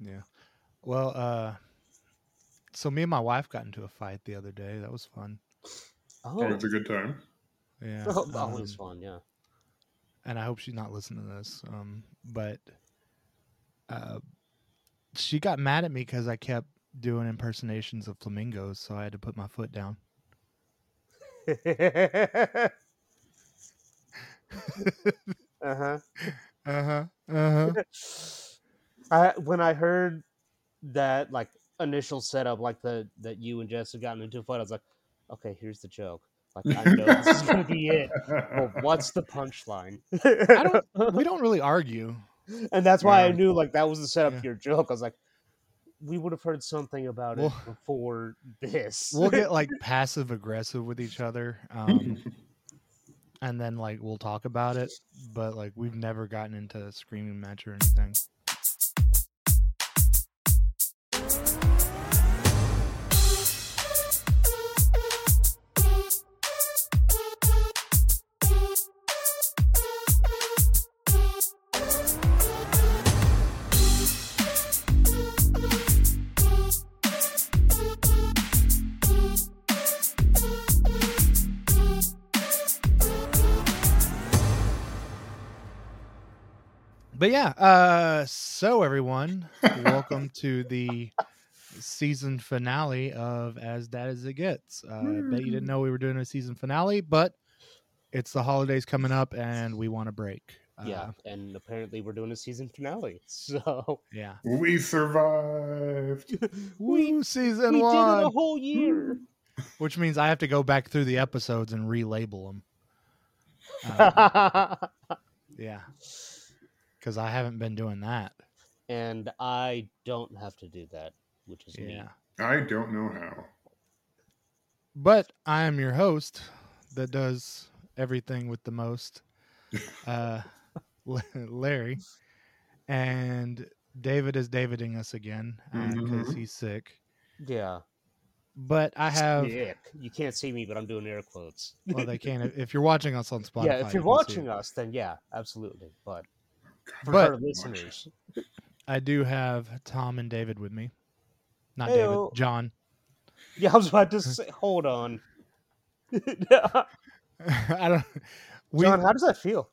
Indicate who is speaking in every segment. Speaker 1: Yeah. Well, uh, so me and my wife got into a fight the other day. That was fun.
Speaker 2: Oh,
Speaker 3: Oh,
Speaker 2: it's a good time.
Speaker 1: Yeah.
Speaker 3: always
Speaker 1: um,
Speaker 3: fun. Yeah.
Speaker 1: and I hope she's not listening to this. Um, but uh, she got mad at me because I kept doing impersonations of flamingos, so I had to put my foot down.
Speaker 3: uh
Speaker 1: Uh huh.
Speaker 3: huh. uh-huh.
Speaker 1: Uh huh.
Speaker 3: I when I heard that like initial setup, like the that you and Jess had gotten into a fight, I was like, okay, here's the joke. Like I know this is gonna be it.
Speaker 1: Oh,
Speaker 3: Well, what's the punchline?
Speaker 1: we don't really argue.
Speaker 3: and that's why I
Speaker 1: Yeah.
Speaker 3: knew like that was the setup
Speaker 1: Yeah.
Speaker 3: to your joke. I was like, we would have heard something about
Speaker 1: Well-
Speaker 3: it before this.
Speaker 1: We'll get like passive aggressive with each other, um, and then like we'll talk about it. But like we've never gotten into a screaming match or anything. But yeah, uh, so everyone, welcome to the season finale of As Dad as It Gets. Uh, I bet you
Speaker 3: Mm-hmm.
Speaker 1: didn't know we were doing a season finale, but it's the holidays coming up and we want a break. Uh,
Speaker 3: yeah, and apparently we're doing a season finale. So
Speaker 1: Yeah.
Speaker 2: we survived.
Speaker 3: we
Speaker 1: Woo, season
Speaker 3: we
Speaker 1: one.
Speaker 3: did it a whole year.
Speaker 1: Which means I have to go back through the episodes and relabel them. Uh, yeah. Because I haven't been doing that.
Speaker 3: and I don't have to do that, which is me.
Speaker 1: Yeah.
Speaker 2: I don't know how.
Speaker 1: But I am your host that does everything with the most, uh, L- Larry. And David is Daviding us again because
Speaker 3: Mm-hmm.
Speaker 2: Mhm.
Speaker 1: he's sick.
Speaker 3: Yeah.
Speaker 1: But I have,
Speaker 3: Sick. You can't see me, but I'm doing air quotes.
Speaker 1: well, they can't. if- If you're watching us on Spotify,
Speaker 3: yeah, if
Speaker 1: you
Speaker 3: you're
Speaker 1: can see
Speaker 3: watching
Speaker 1: it.
Speaker 3: us, then yeah, absolutely. But for
Speaker 1: But-
Speaker 3: our listeners,
Speaker 1: I do have Tom and David with me. Not
Speaker 3: Heyo.
Speaker 1: David, John.
Speaker 3: yeah, I was about to say, hold on.
Speaker 1: I don't. We,
Speaker 3: John, how does that feel?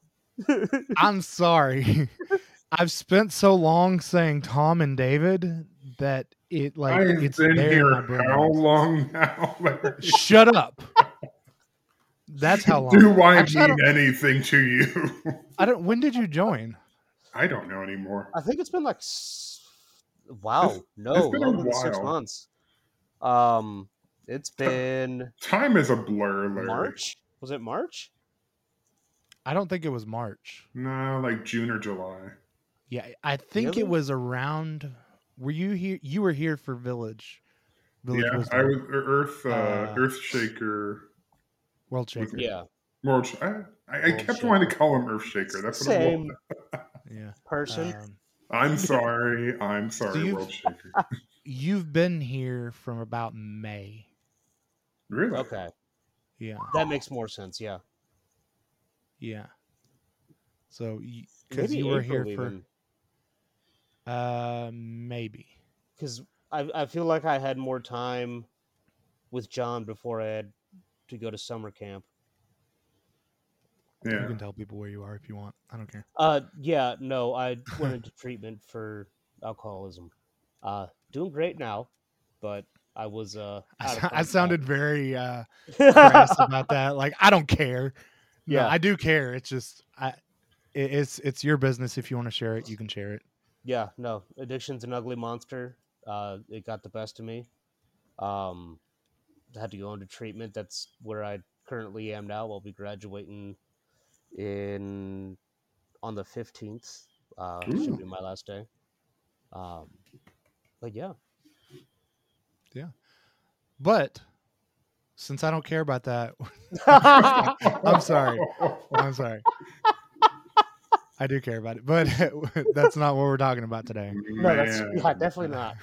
Speaker 1: I'm sorry. I've spent so long saying Tom and David that it like
Speaker 2: I've
Speaker 1: it's
Speaker 2: been
Speaker 1: there in
Speaker 2: here
Speaker 1: my brain.
Speaker 2: how long now? Larry?
Speaker 1: Shut up. That's how long.
Speaker 2: Do I
Speaker 1: Actually, I
Speaker 2: mean
Speaker 1: don't-
Speaker 2: anything to you?
Speaker 1: I don't. When did you join?
Speaker 2: I don't know anymore.
Speaker 3: I think it's been like s- wow, no,
Speaker 2: it's been a
Speaker 3: longer than six
Speaker 2: while.
Speaker 3: months. Um, it's been
Speaker 2: Time is a blur, Larry.
Speaker 3: March. Was it March?
Speaker 1: I don't think it was March.
Speaker 2: No, like June or July.
Speaker 1: Yeah, I think
Speaker 3: Really?
Speaker 1: it was around. Were you here? You were here for Village. Village
Speaker 2: yeah,
Speaker 1: Wisdom,
Speaker 2: I was Earth uh,
Speaker 1: Uh,
Speaker 2: Earthshaker.
Speaker 1: World Shaker.
Speaker 3: Yeah,
Speaker 2: World, Sh- I, I, I
Speaker 3: World
Speaker 2: kept
Speaker 3: Shaker.
Speaker 2: wanting to call him Earthshaker. That's what it
Speaker 3: same
Speaker 2: was.
Speaker 1: Yeah.
Speaker 3: person.
Speaker 1: Um,
Speaker 2: I'm sorry. I'm sorry,
Speaker 1: you've-
Speaker 2: World Shaker.
Speaker 1: you've been here from about May.
Speaker 2: Really?
Speaker 3: okay,
Speaker 1: Yeah.
Speaker 3: that makes more sense. Yeah,
Speaker 1: Yeah. So because
Speaker 3: maybe
Speaker 1: you were here for
Speaker 3: even
Speaker 1: uh maybe
Speaker 3: because I I feel like I had more time with John before I had to go to summer camp.
Speaker 1: you
Speaker 2: Yeah.
Speaker 1: can tell people where you are if you want. I don't care.
Speaker 3: Uh, yeah, no, I went into treatment for alcoholism. Uh, doing great now, but I was uh.
Speaker 1: I,
Speaker 3: out of
Speaker 1: sou- I
Speaker 3: contact.
Speaker 1: sounded very uh crass about that. Like I don't care. No,
Speaker 3: Yeah.
Speaker 1: I do care. It's just I it, it's it's your business. If you want to share it, you can share it.
Speaker 3: yeah no addiction's an ugly monster uh it got the best of me um I had to go into treatment that's where i currently am now i'll be graduating in on the 15th uh
Speaker 2: Ooh.
Speaker 3: should be my last day um but yeah
Speaker 1: But since I don't care about that, I'm sorry. I'm sorry. I do care about it, but that's not what we're talking about today.
Speaker 3: no that's
Speaker 2: Mm, Man.
Speaker 3: yeah, definitely not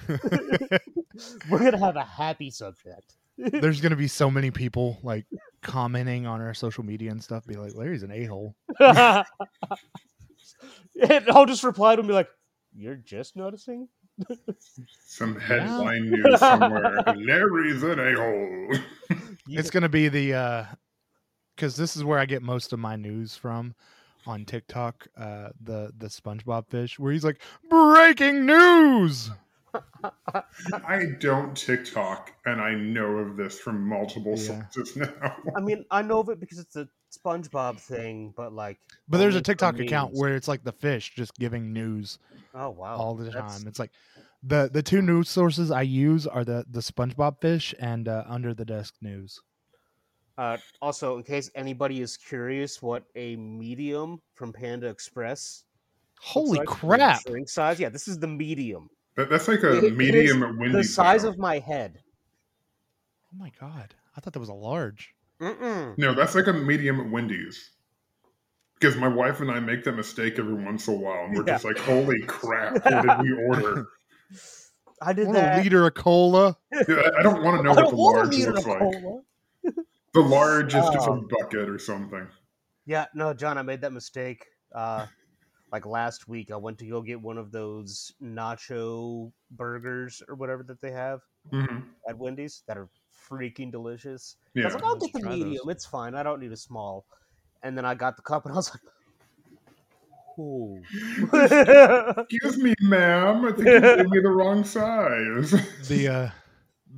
Speaker 3: we're gonna have a happy subject
Speaker 1: there's gonna be so many people like commenting on our social media and stuff, be like, Larry's an a hole.
Speaker 3: and i'll just reply to him and be like you're just noticing
Speaker 2: Some headline news somewhere. Larry's an a hole.
Speaker 1: It's going to be the because this is where I get most of my news from on TikTok. Uh, the the SpongeBob fish where he's like breaking news.
Speaker 2: I don't TikTok, and I know of this from multiple
Speaker 1: Yeah.
Speaker 2: sources now.
Speaker 3: I mean, I know of it because it's a SpongeBob thing, but like,
Speaker 1: But there's
Speaker 3: only
Speaker 1: a
Speaker 3: for
Speaker 1: TikTok account
Speaker 3: memes.
Speaker 1: where it's like the fish just giving news
Speaker 3: oh wow,
Speaker 1: all the
Speaker 3: that's-
Speaker 1: time. It's like the the two news sources I use are the the SpongeBob fish and uh, Under the Desk News.
Speaker 3: Uh, also, in case anybody is curious, what a medium from Panda Express? looks
Speaker 1: Holy
Speaker 3: like, the
Speaker 1: crap!
Speaker 3: Drink size? Yeah, this is the medium.
Speaker 2: That, that's like a
Speaker 3: It- it is
Speaker 2: medium at
Speaker 3: the
Speaker 2: Wendy's.
Speaker 3: size
Speaker 2: now.
Speaker 3: of my head.
Speaker 1: Oh my god! I thought that was a large.
Speaker 3: Mm-mm.
Speaker 2: No, that's like a medium at Wendy's. Because my wife and I make that mistake every once in a while, and we're
Speaker 3: Yeah.
Speaker 2: just like, "Holy crap! What did we order?"
Speaker 3: I did
Speaker 1: What
Speaker 3: that.
Speaker 1: a liter of cola.
Speaker 2: Yeah, I- I don't want to know
Speaker 3: I
Speaker 2: what
Speaker 3: don't
Speaker 2: the
Speaker 3: want
Speaker 2: large
Speaker 3: to eat a
Speaker 2: looks like.
Speaker 3: cola.
Speaker 2: The large is just a
Speaker 3: Oh.
Speaker 2: bucket or something.
Speaker 3: Yeah, no, John, I made that mistake. Uh, like last week, I went to go get one of those nacho burgers or whatever that they have
Speaker 2: hmm
Speaker 3: at Wendy's that are freaking delicious. I was
Speaker 2: Yeah,
Speaker 3: like, I'll
Speaker 1: Let's
Speaker 3: get the
Speaker 1: try those.
Speaker 3: medium. It's fine. I don't need a small. And then I got the cup and I was like, ooh.
Speaker 2: excuse me, ma'am. I think you gave me the wrong size.
Speaker 1: The uh,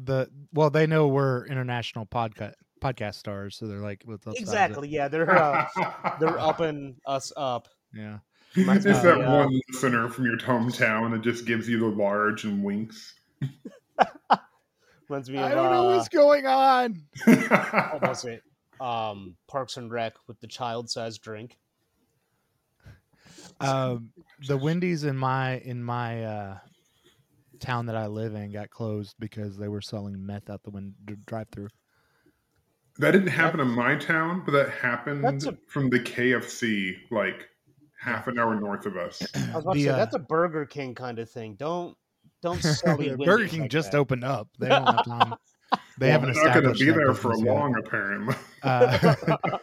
Speaker 1: the well, they know we're international podcast podcast stars, so they're like, let's upsize it.
Speaker 3: exactly. Yeah, they're uh, they're upping us up.
Speaker 1: Yeah.
Speaker 2: It's
Speaker 3: Reminds me of
Speaker 2: that
Speaker 3: the, uh,
Speaker 2: one listener from your hometown that just gives you the large and winks.
Speaker 3: Reminds me of
Speaker 1: I don't know
Speaker 3: uh,
Speaker 1: what's going on.
Speaker 3: what was it? Um, Parks and Rec with the child-sized drink.
Speaker 1: Um, the Wendy's in my in my uh, town that I live in got closed because they were selling meth out the wind drive through.
Speaker 2: That didn't happen in my town, but that happened
Speaker 3: That's a-
Speaker 2: from the KFC, like half an hour north of us.
Speaker 3: I was about to
Speaker 1: The,
Speaker 3: say,
Speaker 1: uh,
Speaker 3: that's a Burger King kind of thing. Don't don't sell me
Speaker 1: Burger
Speaker 3: Wendy's
Speaker 1: King
Speaker 3: like
Speaker 1: just
Speaker 3: that.
Speaker 1: opened up. They don't have time. They
Speaker 2: Well,
Speaker 1: haven't
Speaker 2: they're not going
Speaker 1: established
Speaker 2: to be
Speaker 1: that
Speaker 2: there for a
Speaker 1: business yet.
Speaker 2: long, apparently.
Speaker 1: Uh,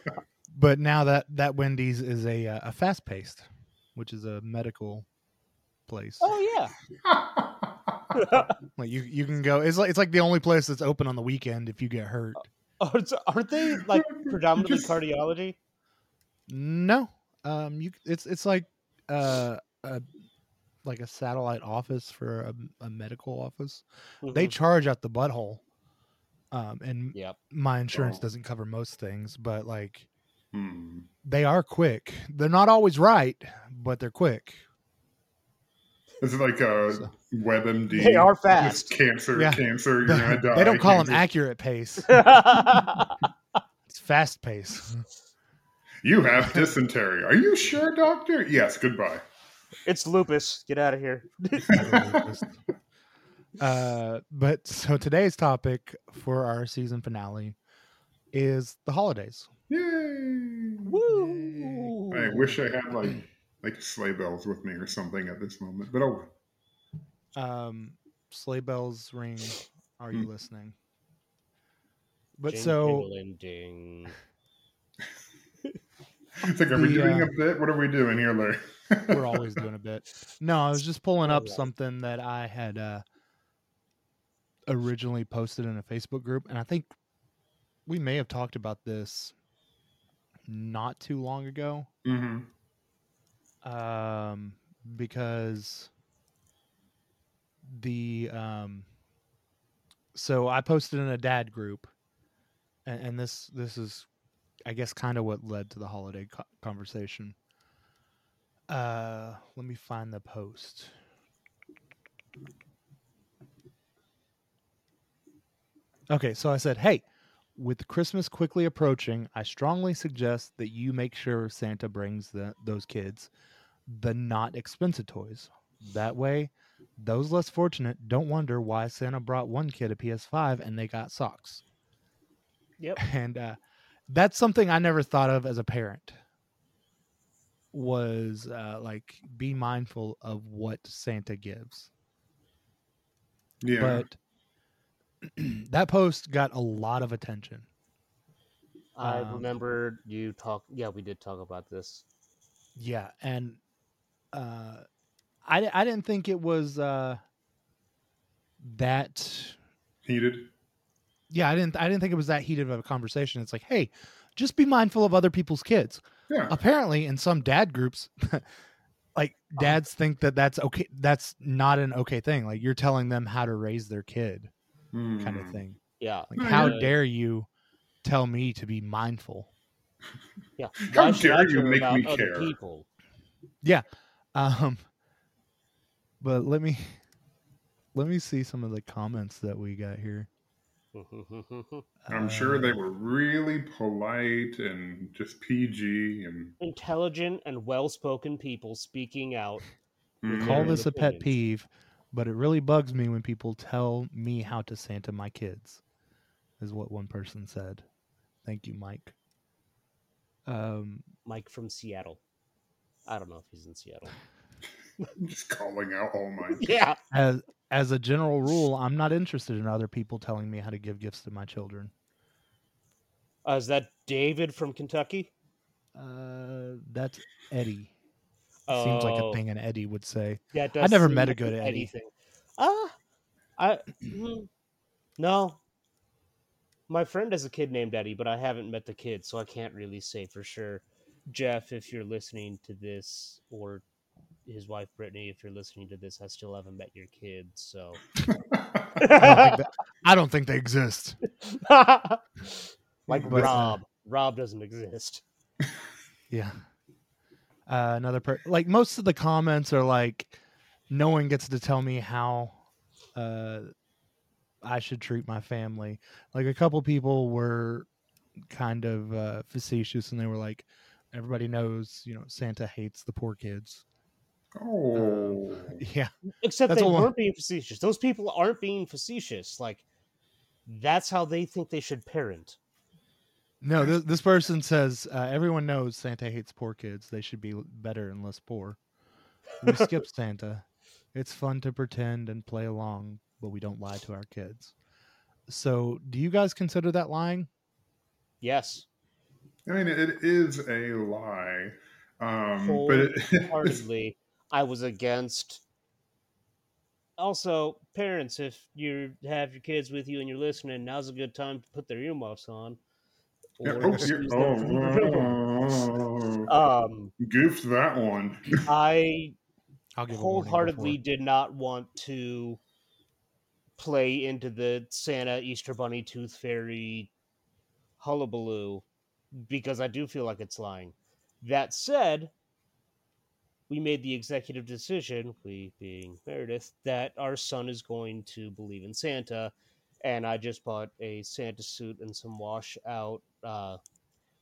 Speaker 1: but now that that Wendy's is a uh, a fast paced, which is a medical place.
Speaker 3: Oh yeah,
Speaker 1: Like you you can go. It's like it's like the only place that's open on the weekend if you get hurt.
Speaker 3: aren't, aren't they like predominantly
Speaker 2: Just-
Speaker 3: cardiology?
Speaker 1: No. Um you it's it's like uh a like a satellite office for a, a medical office. They
Speaker 3: Mhm.
Speaker 1: charge out the butthole. Um and
Speaker 3: yep.
Speaker 1: my insurance
Speaker 2: Oh.
Speaker 1: doesn't cover most things, but like
Speaker 2: Hmm.
Speaker 1: they are quick. They're not always right, but they're quick.
Speaker 2: It's like a
Speaker 1: So-
Speaker 2: WebMD.
Speaker 3: They are
Speaker 2: Just
Speaker 3: fast.
Speaker 2: Cancer,
Speaker 1: Yeah.
Speaker 2: cancer. You're
Speaker 1: They,
Speaker 2: gonna die.
Speaker 1: don't call them
Speaker 2: cancer.
Speaker 1: accurate pace. It's fast pace.
Speaker 2: You have dysentery. Are you sure, doctor? Yes. Goodbye.
Speaker 3: it's lupus. Get out of here.
Speaker 1: uh, but so today's topic for our season finale is the holidays.
Speaker 2: Yay!
Speaker 3: Woo!
Speaker 2: I wish I had like like sleigh bells with me or something at this moment, but oh,
Speaker 1: Um, sleigh bells ring. Are you listening? But
Speaker 3: Jing,
Speaker 1: so
Speaker 3: jingling, ding.
Speaker 2: it's like, are we
Speaker 1: The,
Speaker 2: doing
Speaker 1: uh,
Speaker 2: a bit? What are we doing here, Larry?
Speaker 1: we're always doing a bit. No, I was just pulling up
Speaker 3: Alright.
Speaker 1: something that I had uh, originally posted in a Facebook group, and I think we may have talked about this not too long ago.
Speaker 2: hmm
Speaker 1: um, because the um, so I posted in a dad group, and, and this this is, I guess, kind of what led to the holiday co- conversation. Uh, let me find the post. Okay, so I said, "Hey, with Christmas quickly approaching, I strongly suggest that you make sure Santa brings the, those kids the not expensive toys. That way, those less fortunate don't wonder why Santa brought one kid a PS5 and they got socks.
Speaker 3: Yep.
Speaker 1: And uh, that's something I never thought of as a parent. Was uh, like be mindful of what Santa gives
Speaker 2: Yeah.
Speaker 1: but that post got a lot of attention.
Speaker 3: I
Speaker 1: Um,
Speaker 3: remember you talk. Yeah, we did talk about this.
Speaker 1: Yeah, and uh, I I didn't think it was uh, that
Speaker 2: Heated.
Speaker 1: yeah, I didn't I didn't think it was that heated of a conversation. It's like, hey, just be mindful of other people's kids.
Speaker 2: Yeah.
Speaker 1: Apparently, in some dad groups, like
Speaker 2: Uh-huh.
Speaker 1: dads think that that's okay. That's not an okay thing. Like you're telling them how to raise their kid, kind of
Speaker 2: Hmm.
Speaker 1: thing.
Speaker 3: Yeah.
Speaker 1: Like,
Speaker 2: No,
Speaker 1: how
Speaker 3: yeah.
Speaker 1: dare you tell me to be mindful?
Speaker 3: Yeah.
Speaker 2: How
Speaker 3: Why should I
Speaker 2: dare you
Speaker 3: care
Speaker 2: make
Speaker 3: about
Speaker 2: me
Speaker 3: other
Speaker 2: care?
Speaker 3: People.
Speaker 1: Um, but let me let me see some of the comments that we got here.
Speaker 2: I'm sure
Speaker 1: Uh,
Speaker 2: they were really polite and just PG and
Speaker 3: Intelligent and well spoken people speaking out.
Speaker 2: Mm.
Speaker 1: call
Speaker 3: their
Speaker 1: this a pet
Speaker 3: opinions.
Speaker 1: peeve, but it really bugs me when people tell me how to Santa my kids, is what one person said. Thank you, Mike. Um,
Speaker 3: Mike from Seattle. I don't know if he's in Seattle.
Speaker 2: just calling out all my
Speaker 3: Yeah.
Speaker 1: as as a general rule, I'm not interested in other people telling me how to give gifts to my children.
Speaker 3: Uh, is that David from Kentucky?
Speaker 1: Uh, that's Eddie. It Seems like a
Speaker 3: Oh.
Speaker 1: thing an Eddie would say.
Speaker 3: Yeah, it
Speaker 1: I
Speaker 3: does
Speaker 1: never
Speaker 3: seem
Speaker 1: met a
Speaker 3: like
Speaker 1: good
Speaker 3: an
Speaker 1: Eddie.
Speaker 3: thing. Ah, I mm, no. My friend has a kid named Eddie, but I haven't met the kid, so I can't really say for sure. Jeff, if you're listening to this, or his wife Brittany, if you're listening to this, I still haven't met your kid, so.
Speaker 1: I don't think, that, I don't think they exist.
Speaker 3: like
Speaker 1: But, uh,
Speaker 3: Rob, Rob doesn't exist.
Speaker 1: Yeah. Uh, another per like most of the comments are like, no one gets to tell me how uh, I should treat my family. Like a couple people were kind of uh, facetious and they were like, everybody knows, you know, Santa hates the poor kids.
Speaker 2: Oh.
Speaker 1: Yeah.
Speaker 3: Except
Speaker 1: That's
Speaker 3: they
Speaker 1: what one-
Speaker 3: weren't being facetious. Those people aren't being facetious. Like that's how they think they should parent.
Speaker 1: No, this, this person says uh, everyone knows Santa hates poor kids. They should be l- better and less poor. We skip Santa. It's fun to pretend and play along, but we don't lie to our kids. So, do you guys consider that lying?
Speaker 3: Yes.
Speaker 2: I mean, it is a lie, um, but it, it's-
Speaker 3: wholeheartedly I was against. Also, parents, if you have your kids with you and you're listening, now's a good time to put their earmuffs on.
Speaker 2: yeah,
Speaker 3: or
Speaker 2: oh,
Speaker 3: excuse
Speaker 2: you're-
Speaker 3: them from the room.
Speaker 2: oh, oh,
Speaker 3: Um,
Speaker 2: goofed that one.
Speaker 3: I
Speaker 1: I'll a warning before.
Speaker 3: wholeheartedly did not want to play into the Santa, Easter Bunny, Tooth Fairy hullabaloo because I do feel like it's lying. That said, we made the executive decision, we being Meredith, that our son is going to believe in Santa. And I just bought a Santa suit and some wash out uh,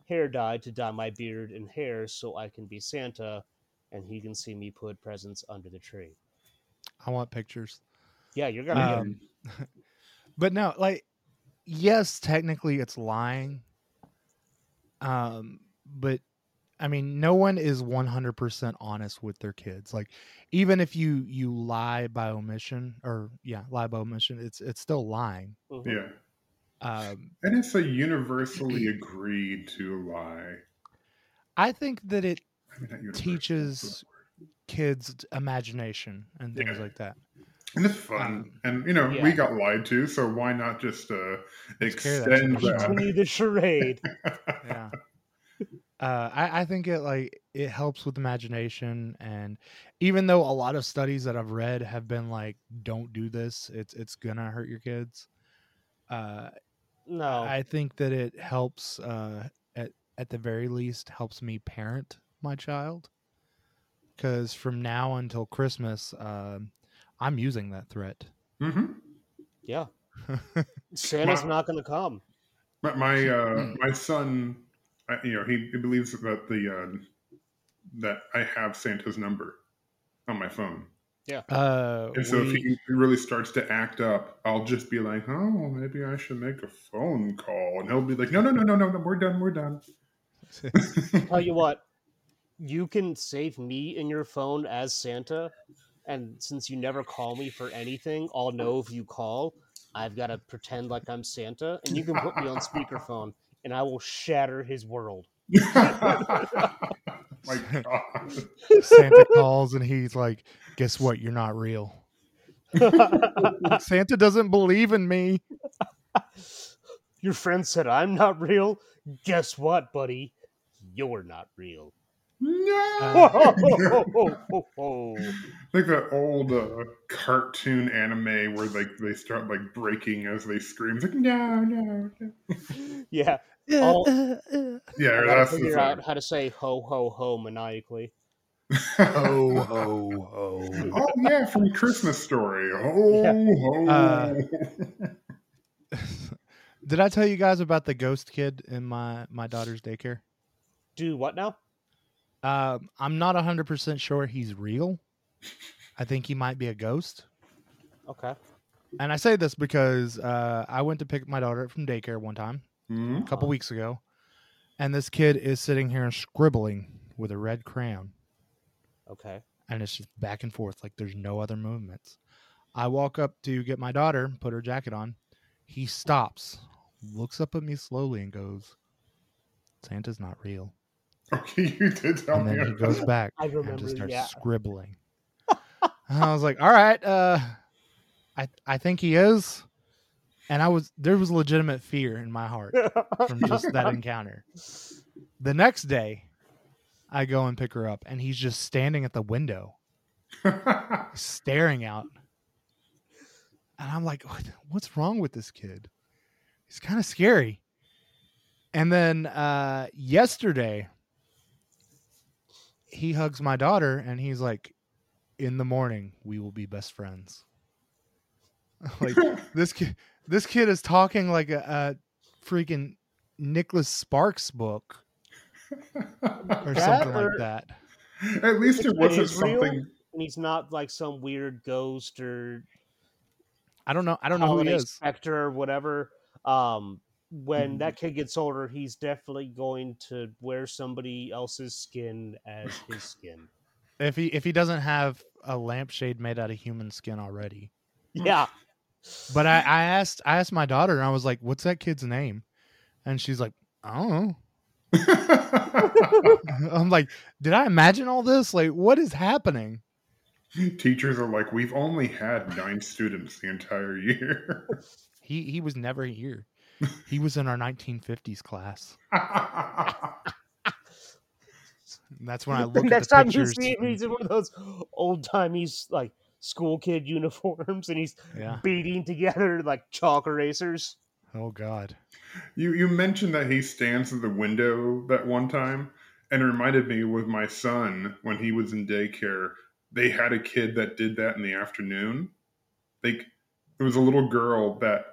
Speaker 3: hair dye to dye my beard and hair so I can be Santa and he can see me put presents under the tree.
Speaker 1: I want pictures.
Speaker 3: Yeah, you're gonna
Speaker 1: Um, but no, like, yes, technically it's lying. Um, but I mean, no one is one hundred percent honest with their kids. Like, even if you you lie by omission, or yeah, lie by omission, it's it's still lying.
Speaker 3: get Mhm.
Speaker 2: yeah,
Speaker 1: Um,
Speaker 2: and it's a universally agreed to lie.
Speaker 1: I think that it
Speaker 2: I mean, not universal,
Speaker 1: Teaches- kids imagination and things
Speaker 2: Yeah.
Speaker 1: like that.
Speaker 2: and it's fun,
Speaker 1: um,
Speaker 2: and you know we
Speaker 3: Yeah.
Speaker 2: got lied to, so why not just uh,
Speaker 1: Scare that
Speaker 2: extend
Speaker 1: shit out of
Speaker 2: that?
Speaker 3: mm-hmm. Continue the charade.
Speaker 1: yeah uh I, I think it like it helps with imagination and even though a lot of studies that i've read have been like don't do this it's it's gonna hurt your kids uh
Speaker 3: No.
Speaker 1: i think that it helps uh at, at the very least helps me parent my child because from now until christmas um i'm using that threat
Speaker 2: hmm
Speaker 3: Yeah. Santa's not going to come.
Speaker 2: My my,
Speaker 1: Hmm.
Speaker 2: uh, my son, uh, you know, he, he believes that the uh, that I have Santa's number on my phone,
Speaker 1: uh
Speaker 2: and so if
Speaker 1: we-
Speaker 2: he really starts to act up, I'll just be like, "Oh, maybe I should make a phone call," and he'll be like, "No, no, no, no, no, no, we're done, we're done."
Speaker 3: Tell you what, you can save me in your phone as Santa. And since you never call me for anything, I'll know if you call. I've got to pretend like I'm Santa. And you can put me on speakerphone and I will shatter his world.
Speaker 2: my God,
Speaker 1: santa calls and he's like guess what you're not real Santa doesn't believe in me.
Speaker 3: Your friend said I'm not real. Guess what, buddy? You're not real. Ho,
Speaker 2: No.
Speaker 3: ho, ho, ho, ho, ho.
Speaker 2: like that old uh, cartoon anime where like they start like breaking as they scream. It's like no, no, no.
Speaker 3: Yeah,
Speaker 1: Oh.
Speaker 2: Yeah,
Speaker 3: I gotta
Speaker 2: that's
Speaker 3: figure
Speaker 2: the
Speaker 3: out how to say ho ho ho maniacally.
Speaker 2: thing.
Speaker 4: Oh, oh, oh.
Speaker 2: oh yeah, from Christmas Story. Oh, oh.
Speaker 1: Uh, Did I tell you guys about the ghost kid in my my daughter's daycare?
Speaker 3: Do what now?
Speaker 1: Um, I'm not 100% sure he's real. I think he might be a ghost.
Speaker 3: Okay.
Speaker 1: And I say this because uh, I went to pick my daughter up from daycare one time
Speaker 2: Hmm?
Speaker 1: a couple
Speaker 3: Uh-huh.
Speaker 1: weeks ago, and this kid is sitting here scribbling with a red crayon,
Speaker 3: Okay.
Speaker 1: and it's just back and forth like there's no other movements. I walk up to get my daughter, put her jacket on. He stops, looks up at me slowly, and goes, "Santa's not real."
Speaker 2: Okay, you did tell
Speaker 1: and
Speaker 2: me.
Speaker 1: then he
Speaker 2: about
Speaker 1: goes
Speaker 2: that.
Speaker 1: back
Speaker 3: I
Speaker 1: and
Speaker 3: remember,
Speaker 1: just starts
Speaker 3: yeah.
Speaker 1: scribbling. and I was like, "All right, uh, I I think he is," and I was there was legitimate fear in my heart from just that encounter. The next day, I go and pick her up, and he's just standing at the window, staring out, and I'm like, "What- "What's wrong with this kid? He's kind of scary." And then uh, yesterday, he hugs my daughter and he's like, "In the morning, we will be best friends." like this kid, this kid is talking like a, a freaking Nicholas Sparks book or
Speaker 3: That
Speaker 1: something
Speaker 3: or-
Speaker 1: like that.
Speaker 2: At least it
Speaker 3: It
Speaker 2: wasn't
Speaker 3: is real?
Speaker 2: something.
Speaker 3: And he's not like some weird ghost or
Speaker 1: I don't know. I don't know who he
Speaker 3: holiday
Speaker 1: is. Mm-hmm.
Speaker 3: specter or whatever. Um, when
Speaker 2: Mm.
Speaker 3: that kid gets older, he's definitely going to wear somebody else's skin as his skin.
Speaker 1: If he if he doesn't have a lampshade made out of human skin already.
Speaker 3: Yeah.
Speaker 1: But I, I asked I asked my daughter and I was like, "What's that kid's name?" And she's like, "I don't know." I'm like, "Did I imagine all this? Like, what is happening?"
Speaker 2: Teachers are like, we've only had nine students the entire year.
Speaker 1: He he was never here. He was in our 1950s class. And that's when I
Speaker 3: the
Speaker 1: look at
Speaker 3: next
Speaker 1: the
Speaker 3: time you
Speaker 1: pictures. mm-hmm.
Speaker 3: see him,
Speaker 1: and-
Speaker 3: he's in one of those old timey's like school kid uniforms, and he's
Speaker 1: Mm, yeah.
Speaker 3: beating together like chalk erasers.
Speaker 1: Oh God.
Speaker 2: You you mentioned that he stands at the window that one time, and it reminded me with my son when he was in daycare. They had a kid that did that in the afternoon. Like it was a little girl that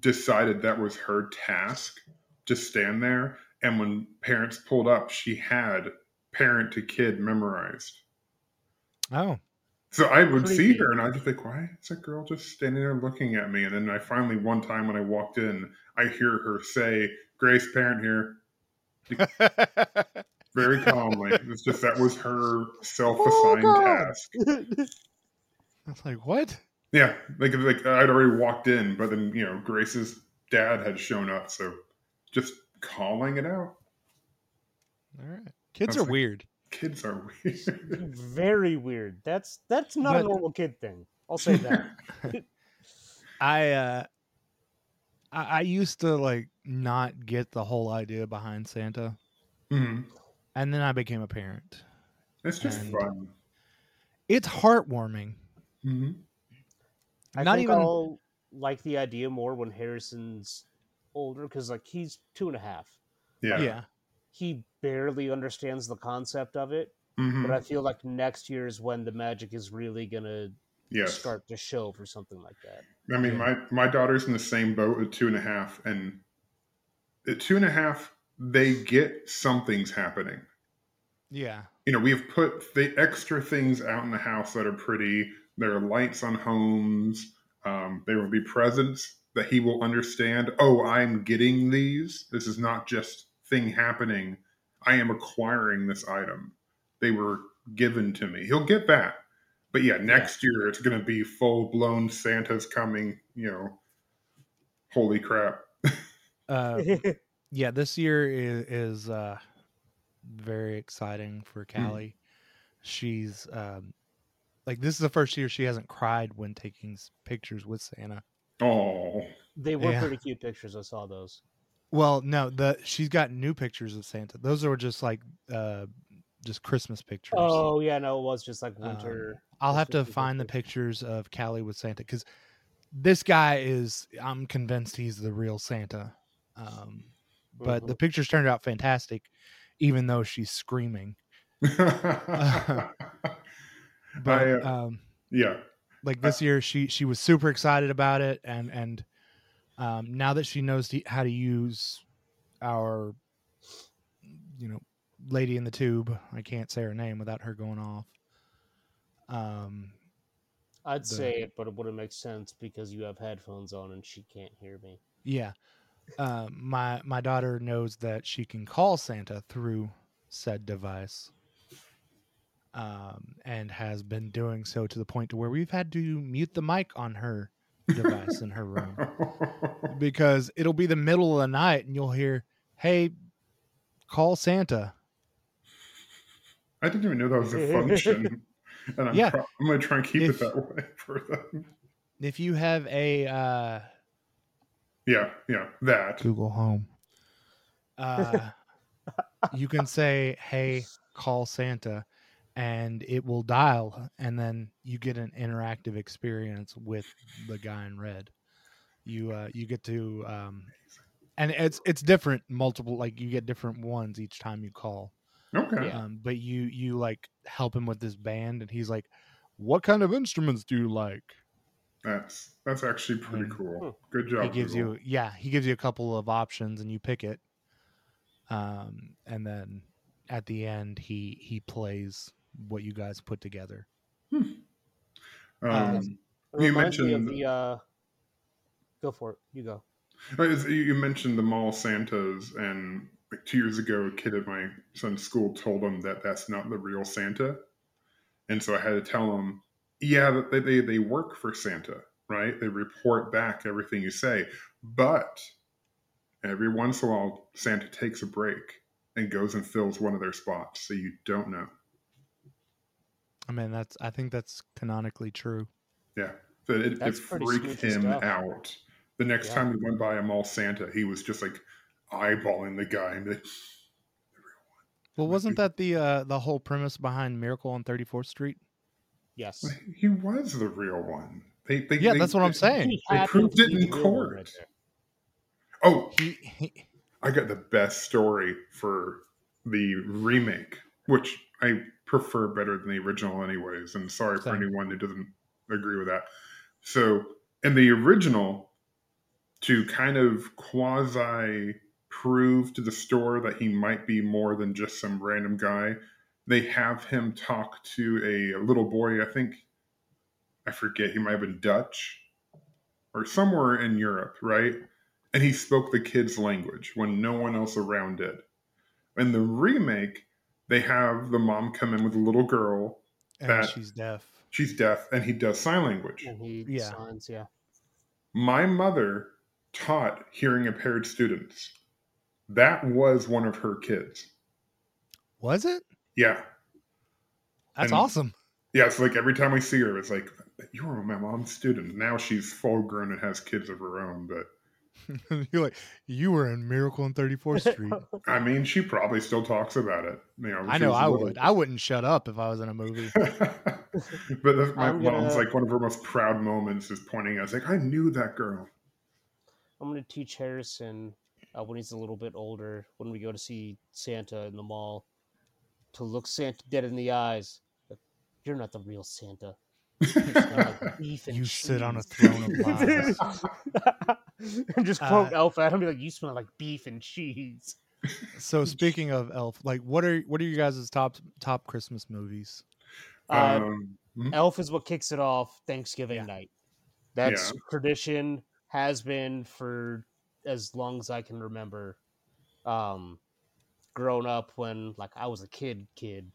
Speaker 2: decided that was her task to stand there, and when parents pulled up, she had parent to kid memorized.
Speaker 1: Oh.
Speaker 2: So I would see
Speaker 3: Creepy.
Speaker 2: her and I'd just be like, why is that girl just standing there looking at me? And then I finally, one time when I walked in, I hear her say, Grace Parent here, very calmly. it's just that was her self assigned
Speaker 3: Oh, God.
Speaker 2: task.
Speaker 1: I was like, what?
Speaker 2: Yeah. Like, like I'd already walked in, but then, you know, Grace's dad had shown up. So just calling it out.
Speaker 1: All right. Kids
Speaker 2: That's
Speaker 1: are
Speaker 2: like-
Speaker 1: weird.
Speaker 2: Kids are weird.
Speaker 3: Very weird. That's that's not a
Speaker 1: But-
Speaker 3: normal kid thing. I'll say that.
Speaker 1: I uh I, I used to like not get the whole idea behind Santa.
Speaker 2: Mhm.
Speaker 1: And then I became a parent.
Speaker 2: It's just
Speaker 1: And-
Speaker 2: fun.
Speaker 1: It's heartwarming.
Speaker 2: hmm
Speaker 3: I
Speaker 1: not
Speaker 3: think
Speaker 1: even
Speaker 3: I'll like the idea more when Harrison's older because like he's two and a half.
Speaker 2: Yeah.
Speaker 1: yeah.
Speaker 3: He barely understands the concept of it,
Speaker 2: Mhm.
Speaker 3: but
Speaker 1: Hmm.
Speaker 3: I feel like next year is when the magic is really gonna
Speaker 2: Yes.
Speaker 3: start to show for something like that.
Speaker 2: I mean,
Speaker 1: Yeah.
Speaker 2: my my daughter's in the same boat at two and a half, and at two and a half, they get something's happening.
Speaker 1: Yeah.
Speaker 2: You know, we've put the extra things out in the house that are pretty. There are lights on homes. Um, there will be presents that he will understand. Oh, I'm getting these. This is not just thing happening. I am acquiring this item. They were given to me. He'll get that. But yeah, next year it's going to be full blown Santa's coming. You know, holy crap.
Speaker 1: Uh yeah, this year is, is uh
Speaker 3: Mm.
Speaker 1: very exciting for Callie. She's um Like this is the first year she hasn't cried when taking s- pictures with Santa.
Speaker 2: Oh,
Speaker 3: They were
Speaker 1: Yeah.
Speaker 3: pretty cute pictures. I saw those.
Speaker 1: Well, no, the she's got new pictures of Santa. Those are just like uh just Christmas pictures.
Speaker 3: Oh yeah, no, it was just like
Speaker 1: Um,
Speaker 3: winter.
Speaker 1: I'll have to
Speaker 3: Christmas
Speaker 1: find the pictures of Callie with Santa because this guy is. I'm convinced he's the real Santa. Um, but
Speaker 3: Mm-hmm.
Speaker 1: the pictures turned out fantastic, even though she's screaming. But
Speaker 2: uh,
Speaker 1: um,
Speaker 2: yeah.
Speaker 1: like this year, she she was super excited about it, and and um, now that she knows the, how to use our, you know, lady in the tube. I can't say her name without her going off. Um,
Speaker 3: I'd
Speaker 1: the-
Speaker 3: say it, but it wouldn't make sense because you have headphones on and she can't hear me.
Speaker 1: Yeah. Uh, my my daughter knows that she can call Santa through said device. Um, and has been doing so to the point to where we've had to mute the mic on her device in her room because it'll be the middle of the night and you'll hear, "Hey, call Santa."
Speaker 2: I didn't even know that was a function. And I'm,
Speaker 1: Yeah.
Speaker 2: pro- I'm going to try and keep
Speaker 1: If-
Speaker 2: it that way for them.
Speaker 1: If you have a uh,
Speaker 2: Yeah, yeah, that.
Speaker 1: Google Home, uh, you can say, "Hey, call Santa," and it will dial, and then you get an interactive experience with the guy in red. You uh, you get to, um, and it's it's different. Multiple like you get different ones each time you call.
Speaker 2: Okay.
Speaker 3: Yeah.
Speaker 1: Um, but you you like help him with this band, and he's like, "What kind of instruments do you like?"
Speaker 2: That's that's actually pretty
Speaker 1: Mm.
Speaker 2: cool. Good job.
Speaker 1: he gives you yeah he gives you a couple of options and you pick it um and then at the end he he plays what you guys put together
Speaker 2: you.
Speaker 3: It
Speaker 2: Um, You
Speaker 3: reminds me
Speaker 2: mentioned-
Speaker 3: of the. Uh, go for it. You go.
Speaker 2: as you you mentioned the mall Santas, and like two years ago, a kid at my son's school told him that that's not the real Santa, and so I had to tell him, yeah, that they they, they work for Santa, right? They report back everything you say, but every once in a while, Santa takes a break and goes and fills one of their spots, so you don't know.
Speaker 1: i mean that's i think that's canonically true
Speaker 2: Yeah, that it, it
Speaker 3: That's pretty
Speaker 2: freaked
Speaker 3: spooky
Speaker 2: him
Speaker 3: stuff.
Speaker 2: out. The next
Speaker 3: Yeah.
Speaker 2: time we went by a mall Santa, he was just like eyeballing the guy and be like,
Speaker 1: well wasn't that the uh the whole premise behind miracle on 34th street
Speaker 3: Yes.
Speaker 2: he was the real one. They, they,
Speaker 1: yeah
Speaker 2: they-
Speaker 1: that's what i'm saying
Speaker 3: He happened
Speaker 2: proved
Speaker 3: to
Speaker 2: it
Speaker 3: be
Speaker 2: in
Speaker 3: the real one
Speaker 2: court.
Speaker 3: there.
Speaker 2: Oh,
Speaker 1: he, he
Speaker 2: I got the best story for the remake, which I prefer better than the original, anyways. And sorry for
Speaker 1: Same.
Speaker 2: anyone who doesn't agree with that. So, in the original, to kind of quasi prove to the store that he might be more than just some random guy, they have him talk to a little boy. I think, I forget, he might have been Dutch or somewhere in Europe, right? and he spoke the kid's language when no one else around did. In the remake, they have the mom come in with a little girl.
Speaker 1: and
Speaker 2: That-
Speaker 1: she's deaf
Speaker 2: She's deaf, and he does sign language.
Speaker 3: And he
Speaker 1: Yeah.
Speaker 3: signs. Yeah.
Speaker 2: My mother taught hearing impaired students. That was one of her kids.
Speaker 1: was it
Speaker 2: Yeah.
Speaker 1: that's
Speaker 2: And-
Speaker 1: awesome
Speaker 2: Yeah. It's like every time we see her, it's like, you were my mom's student. Now she's full grown and has kids of her own. But
Speaker 1: you're like you were in miracle on 34th street
Speaker 2: I mean, she probably still talks about it. You know, when
Speaker 1: i
Speaker 2: she
Speaker 1: know
Speaker 2: was
Speaker 1: i
Speaker 2: little.
Speaker 1: would i wouldn't shut up if i was in a movie
Speaker 2: but that's my
Speaker 3: I'm
Speaker 2: mom's
Speaker 3: gonna-
Speaker 2: like one of her most proud moments is pointing. I was like, I knew that girl.
Speaker 3: I'm gonna teach Harrison uh, when he's a little bit older when we go to see Santa in the mall to look Santa dead in the eyes. Like, You're not the real Santa. You're like beef and
Speaker 1: you sit on a
Speaker 3: cheese."
Speaker 1: throne of lies Uh,
Speaker 3: and just poke Elf at him, be like, "You smell like beef and cheese."
Speaker 1: So speaking of Elf, like what are what are you guys' top top Christmas movies?
Speaker 3: Uh,
Speaker 2: um, mhm.
Speaker 3: Elf is what kicks it off Thanksgiving
Speaker 1: Yeah.
Speaker 3: night. That's tradition has been for as long as I can remember. Um, grown up when like I was a kid, kid,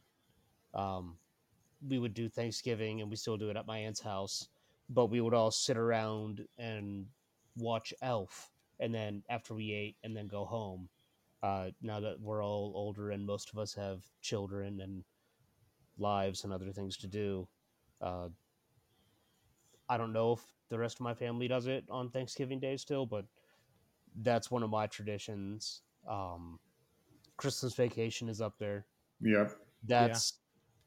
Speaker 3: um, we would do Thanksgiving and we still do it at my aunt's house, but we would all sit around and watch Elf, and then after we ate, and then go home. Uh, now that we're all older and most of us have children and lives and other things to do, Uh, I don't know if the rest of my family does it on Thanksgiving Day still, but that's one of my traditions. Um, Christmas vacation is up there.
Speaker 2: Yep.
Speaker 3: That's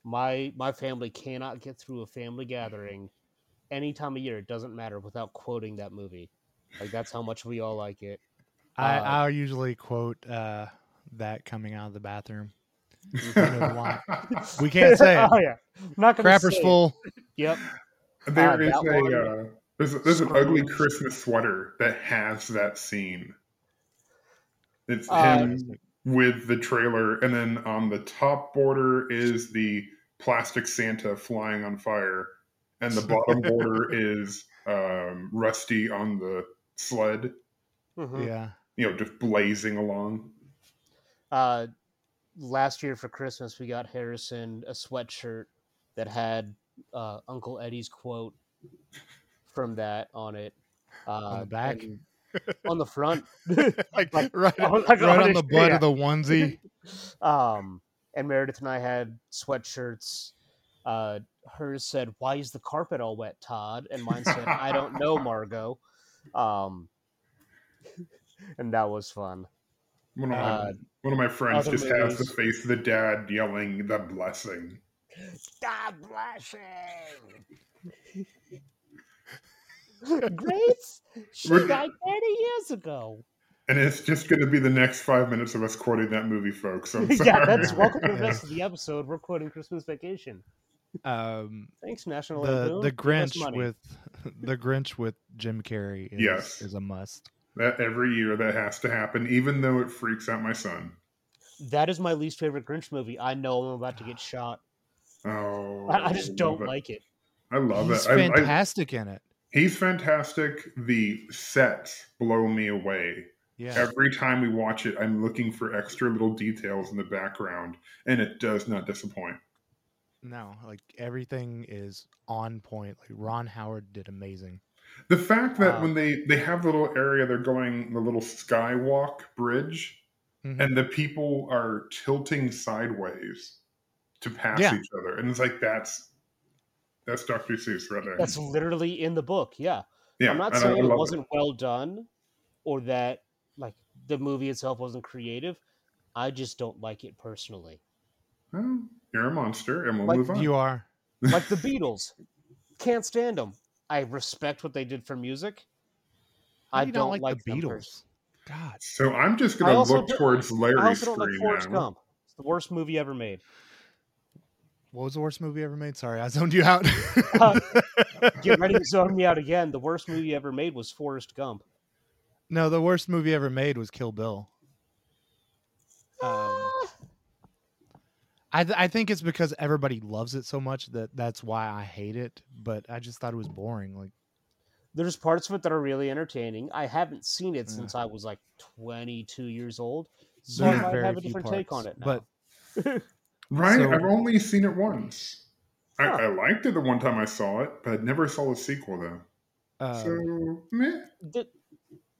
Speaker 3: my my family cannot get through a family gathering any time of year. It doesn't matter without quoting that movie. Like that's how much we all like it.
Speaker 1: I,
Speaker 3: Uh,
Speaker 1: I'll usually quote uh, that coming out of the bathroom. why. We can't say it.
Speaker 3: oh yeah, not gonna
Speaker 1: Crapper's
Speaker 3: say it.
Speaker 1: full.
Speaker 3: Yep.
Speaker 2: There is
Speaker 3: that one.
Speaker 2: a uh, there's, there's an ugly
Speaker 3: Scrooge.
Speaker 2: Christmas sweater that has that scene. It's
Speaker 3: Uh,
Speaker 2: him with the trailer, and then on the top border is the plastic Santa flying on fire, and the bottom border is um, Rusty on the sled,
Speaker 3: Mhm.
Speaker 1: Yeah.
Speaker 2: you know, just blazing along.
Speaker 3: uh, last year for Christmas, we got Harrison a sweatshirt that had uh, Uncle Eddie's quote from that on it. Uh,
Speaker 1: On the back.
Speaker 3: and on the front,
Speaker 1: like,
Speaker 3: like,
Speaker 1: right,
Speaker 3: oh my
Speaker 1: right
Speaker 3: God,
Speaker 1: on the butt
Speaker 3: yeah.
Speaker 1: of the onesie.
Speaker 3: um, and Meredith and I had sweatshirts. Uh, hers said, "Why is the carpet all wet, Todd?" And mine said, "I don't know, Margot." Um, and that was fun.
Speaker 2: One of my,
Speaker 3: Uh,
Speaker 2: one of my friends
Speaker 3: other
Speaker 2: just has the
Speaker 3: movies.
Speaker 2: face of the dad yelling the blessing.
Speaker 3: God bless him. Grace, she
Speaker 2: We're-
Speaker 3: died 30 years ago.
Speaker 2: And it's just going to be the next five minutes of us quoting that movie, folks. I'm sorry.
Speaker 3: yeah, that's welcome to the rest of the episode. We're quoting Christmas Vacation.
Speaker 1: Um,
Speaker 3: Thanks, National
Speaker 1: the
Speaker 3: Lampoon.
Speaker 1: the
Speaker 3: Give us
Speaker 1: Grinch
Speaker 3: money.
Speaker 1: with the Grinch with Jim Carrey is,
Speaker 2: Yes.
Speaker 1: is a must.
Speaker 2: that every year that has to happen, even though it freaks out my son.
Speaker 3: that is my least favorite Grinch movie. I know I'm about to get shot.
Speaker 2: Oh,
Speaker 3: I, I just don't
Speaker 2: love it.
Speaker 3: like it.
Speaker 2: I love
Speaker 1: He's
Speaker 2: it. I- I-
Speaker 1: fantastic in it.
Speaker 2: he's fantastic. The sets blow me away.
Speaker 1: Yeah.
Speaker 2: Every time we watch it, I'm looking for extra little details in the background, and it does not disappoint.
Speaker 1: No, like everything is on point. Like Ron Howard did amazing.
Speaker 2: The fact that
Speaker 3: Wow.
Speaker 2: when they they have the little area, they're going the little skywalk bridge,
Speaker 3: Mm-hmm.
Speaker 1: Mhm.
Speaker 2: and the people are tilting sideways to pass
Speaker 1: Yeah.
Speaker 2: each other, and it's like that's that's Dr. Seuss right there.
Speaker 3: That's literally in the book. Yeah.
Speaker 2: yeah,
Speaker 3: I'm not
Speaker 2: and I- I
Speaker 3: saying it
Speaker 2: love
Speaker 3: wasn't well done or that like the movie itself wasn't creative. I just don't like it personally.
Speaker 2: Well, you're a monster, and we'll
Speaker 3: Like
Speaker 2: move on.
Speaker 1: You are.
Speaker 3: like the Beatles. Can't stand them. I respect what they did for music.
Speaker 1: How
Speaker 3: I
Speaker 1: do you
Speaker 3: don't,
Speaker 1: not
Speaker 3: like,
Speaker 1: the
Speaker 3: them
Speaker 1: Beatles. God.
Speaker 2: So I'm just
Speaker 3: I
Speaker 2: going to
Speaker 3: also
Speaker 2: look
Speaker 3: don't-
Speaker 2: towards
Speaker 3: personally. I
Speaker 2: Larry's
Speaker 3: also don't like
Speaker 2: screen
Speaker 3: Forrest
Speaker 2: now.
Speaker 3: Gump. It's the worst movie ever made.
Speaker 1: What was the worst movie ever made? Sorry, I zoned you out.
Speaker 3: Uh, Get ready to zone me out again. The worst movie ever made was Forrest Gump.
Speaker 1: no, the worst movie ever made was Kill Bill. Um,
Speaker 3: Ah.
Speaker 1: I, th- I think it's because everybody loves it so much that that's why I hate it. But I just thought it was boring. Like,
Speaker 3: There's parts of it that are really entertaining. I haven't seen it
Speaker 1: Yeah.
Speaker 3: since I was like 22 years old, so
Speaker 1: there's
Speaker 3: I might
Speaker 1: very
Speaker 3: have a
Speaker 1: few
Speaker 3: different take on
Speaker 1: parts,
Speaker 3: it now.
Speaker 1: But
Speaker 2: Right?
Speaker 1: So-
Speaker 2: I've only seen it once. I,
Speaker 3: Huh.
Speaker 2: I liked it the one time I saw it, but I never saw the sequel though.
Speaker 1: uh,
Speaker 2: so meh.
Speaker 3: the,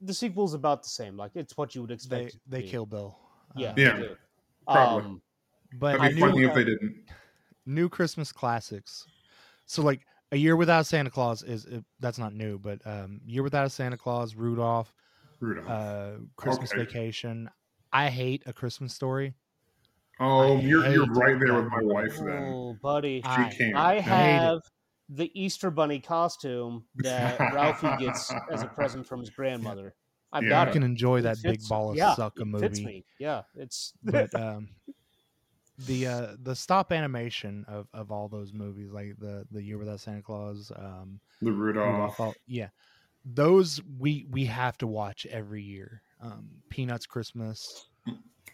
Speaker 3: the sequel's about the same. Like it's what you would
Speaker 1: they
Speaker 3: expect. it to
Speaker 1: they
Speaker 3: be.
Speaker 1: kill Bill.
Speaker 3: Yeah.
Speaker 1: Uh,
Speaker 2: Yeah,
Speaker 3: they do.
Speaker 2: probably.
Speaker 3: Um,
Speaker 1: But I
Speaker 2: That'd be
Speaker 1: knew
Speaker 2: funny if they didn't.
Speaker 1: new Christmas classics. So like a year without Santa Claus is uh, that's not new, but um, year without Santa Claus, Rudolph,
Speaker 2: Rudolph.
Speaker 1: uh, Christmas
Speaker 2: Okay.
Speaker 1: Vacation. I hate a Christmas story.
Speaker 2: oh,
Speaker 1: I
Speaker 2: you're, you're
Speaker 1: hate
Speaker 2: right there with
Speaker 1: that
Speaker 2: my
Speaker 1: movie.
Speaker 2: wife then.
Speaker 3: oh, buddy.
Speaker 1: I-
Speaker 2: She can't.
Speaker 3: I
Speaker 1: hate it.
Speaker 3: have the Easter Bunny costume that Ralphie gets as a present from his grandmother. I've
Speaker 2: Yeah.
Speaker 1: I
Speaker 3: got
Speaker 1: can
Speaker 3: it.
Speaker 1: enjoy that big
Speaker 3: fits-
Speaker 1: ball of
Speaker 3: yeah,
Speaker 1: suck a
Speaker 3: It Fits
Speaker 1: movie,
Speaker 3: me. Yeah, it's
Speaker 1: but um, the uh, the stop animation of, of all those movies, like the the year without Santa Claus, um,
Speaker 2: the Rudolph.
Speaker 1: Rudolph, all- yeah, those we we have to watch every year. Um, Peanuts Christmas,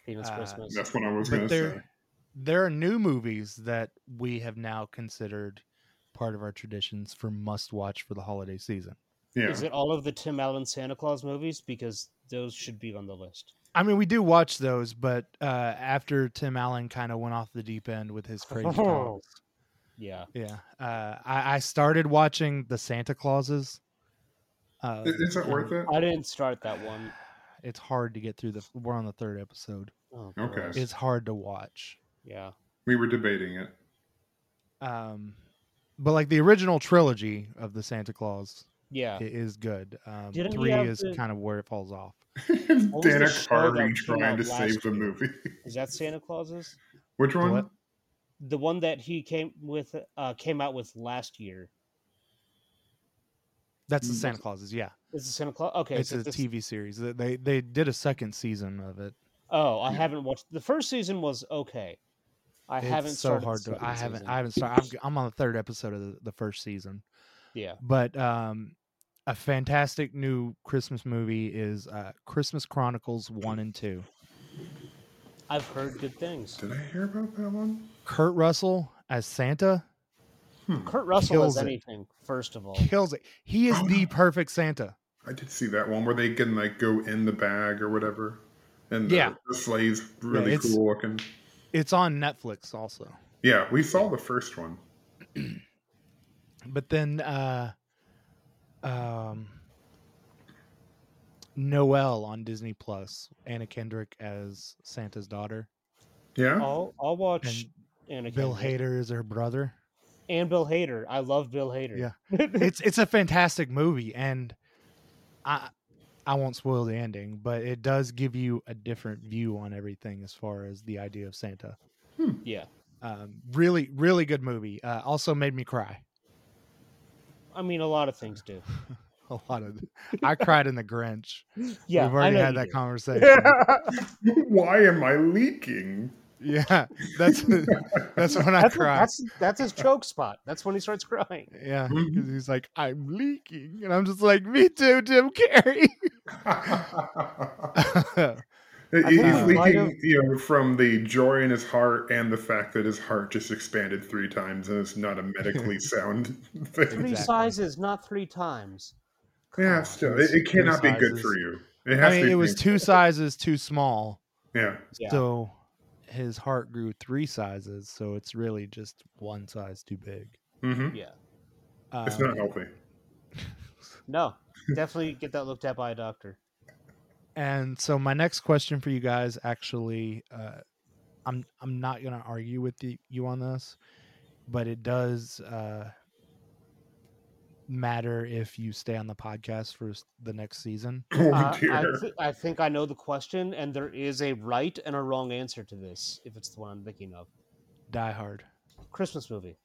Speaker 3: Peanuts
Speaker 1: uh,
Speaker 3: Christmas.
Speaker 2: That's what I was going
Speaker 1: but
Speaker 2: to say.
Speaker 1: there there are new movies that we have now considered part of our traditions for must watch for the holiday season.
Speaker 2: Yeah.
Speaker 3: Is it all of the Tim Allen Santa Claus movies? Because those should be on the list.
Speaker 1: I mean, we do watch those, but uh, after Tim Allen kind of went off the deep end with his
Speaker 2: Oh.
Speaker 1: crazy talks,
Speaker 3: Yeah.
Speaker 1: yeah, uh, I, I started watching the Santa Clauses. Uh,
Speaker 2: Is, is that worth it?
Speaker 3: I didn't start that one.
Speaker 1: It's hard to get through the. We're on the third episode.
Speaker 3: Oh,
Speaker 2: Okay.
Speaker 3: gross.
Speaker 1: It's hard to watch.
Speaker 3: yeah.
Speaker 2: We were debating it.
Speaker 1: Um, but like the original trilogy of the Santa Claus
Speaker 3: Yeah.
Speaker 1: it is good. Um,
Speaker 3: Didn't he
Speaker 1: three
Speaker 3: have
Speaker 1: is
Speaker 3: the-
Speaker 1: kind of where it falls off.
Speaker 3: What was the
Speaker 2: Dana
Speaker 3: show
Speaker 2: Carvey
Speaker 3: that came
Speaker 2: trying
Speaker 3: out
Speaker 2: to
Speaker 3: last
Speaker 2: save the
Speaker 3: year?
Speaker 2: movie.
Speaker 3: Is that Santa Claus's?
Speaker 2: Which one?
Speaker 1: What?
Speaker 3: The one that he came with uh came out with last year.
Speaker 1: That's the
Speaker 2: Mm,
Speaker 1: Santa Clauses. Yeah,
Speaker 3: Is it Santa Claus? Okay,
Speaker 1: it's
Speaker 3: so
Speaker 1: a
Speaker 3: this-
Speaker 1: TV series. They- They they did a second season of it.
Speaker 3: Oh, I
Speaker 2: Yeah.
Speaker 3: haven't watched the first season. Was okay. I
Speaker 1: It's
Speaker 3: haven't
Speaker 1: so
Speaker 3: started the
Speaker 1: hard to.
Speaker 3: second
Speaker 1: I haven't.
Speaker 3: season.
Speaker 1: I haven't started. I'm, I'm on the third episode of the, the first season.
Speaker 3: Yeah.
Speaker 1: But um, a fantastic new Christmas movie is uh, Christmas Chronicles One and Two.
Speaker 3: I've heard good things.
Speaker 2: Did I hear about that one?
Speaker 1: Kurt Russell as Santa
Speaker 2: Hmm.
Speaker 3: Kurt Russell
Speaker 1: Kills
Speaker 3: is
Speaker 1: it.
Speaker 3: anything. First of all,
Speaker 1: kills it. He is
Speaker 2: Oh,
Speaker 1: the
Speaker 2: no.
Speaker 1: perfect Santa.
Speaker 2: I did see that one where they can like go in the bag or whatever, and the,
Speaker 1: Yeah.
Speaker 2: the slade's really
Speaker 1: it's-
Speaker 2: cool looking.
Speaker 1: It's on Netflix also.
Speaker 2: Yeah, we saw the first one.
Speaker 1: But then uh um Noel on Disney Plus, Anna Kendrick as Santa's daughter,
Speaker 2: Yeah,
Speaker 1: Oh.
Speaker 3: I'll I'll watch
Speaker 1: and
Speaker 3: Anna
Speaker 1: Bill
Speaker 3: Kendrick.
Speaker 1: Hader is her brother.
Speaker 3: and Bill Hader. I love Bill Hader.
Speaker 1: Yeah. It's it's a fantastic movie and I I won't spoil the ending, but it does give you a different view on everything as far as the idea of Santa.
Speaker 3: yeah.
Speaker 1: Um, really, really good movie. Uh, also made me cry.
Speaker 3: I mean, a lot of things do.
Speaker 1: A lot of, I cried in the Grinch.
Speaker 3: Yeah,
Speaker 1: We've
Speaker 3: I
Speaker 1: already
Speaker 3: know
Speaker 1: had
Speaker 3: you
Speaker 1: that
Speaker 3: do.
Speaker 1: conversation.
Speaker 2: why am I leaking?
Speaker 1: Yeah, that's that's when I
Speaker 3: that's,
Speaker 1: cry.
Speaker 3: that's that's his choke spot. That's when he starts crying.
Speaker 1: Yeah,
Speaker 2: Mhm.
Speaker 1: because he's like, I'm leaking, and I'm just like, me too, Jim Carrey.
Speaker 2: He-
Speaker 3: think
Speaker 2: He's
Speaker 1: he
Speaker 3: might
Speaker 2: leaking,
Speaker 3: have-
Speaker 2: you know, from the joy in his heart and the fact that his heart just expanded three times and it's not a medically sound
Speaker 3: Three
Speaker 2: thing.
Speaker 1: Exactly.
Speaker 3: sizes, not three times.
Speaker 2: Yeah, still, it, it
Speaker 1: Three
Speaker 2: cannot be good
Speaker 1: sizes.
Speaker 2: for you. It
Speaker 1: I
Speaker 2: has to
Speaker 1: mean,
Speaker 2: be
Speaker 1: it was two sizes too small,
Speaker 2: Yeah,
Speaker 3: Yeah.
Speaker 1: so his heart grew three sizes. So it's really just one size too big.
Speaker 2: hmm
Speaker 3: Yeah.
Speaker 1: Um,
Speaker 2: it's not healthy.
Speaker 3: No, definitely get that looked at by a doctor.
Speaker 1: And so my next question for you guys actually uh I'm I'm not going to argue with the, you on this, but it does uh matter if you stay on the podcast for s- the next season.
Speaker 2: Oh
Speaker 3: Uh, I,
Speaker 2: dear.
Speaker 3: th- I think I know the question, and there is a right and a wrong answer to this, if it's the one I'm thinking of.
Speaker 1: Die Hard.
Speaker 3: Christmas movie.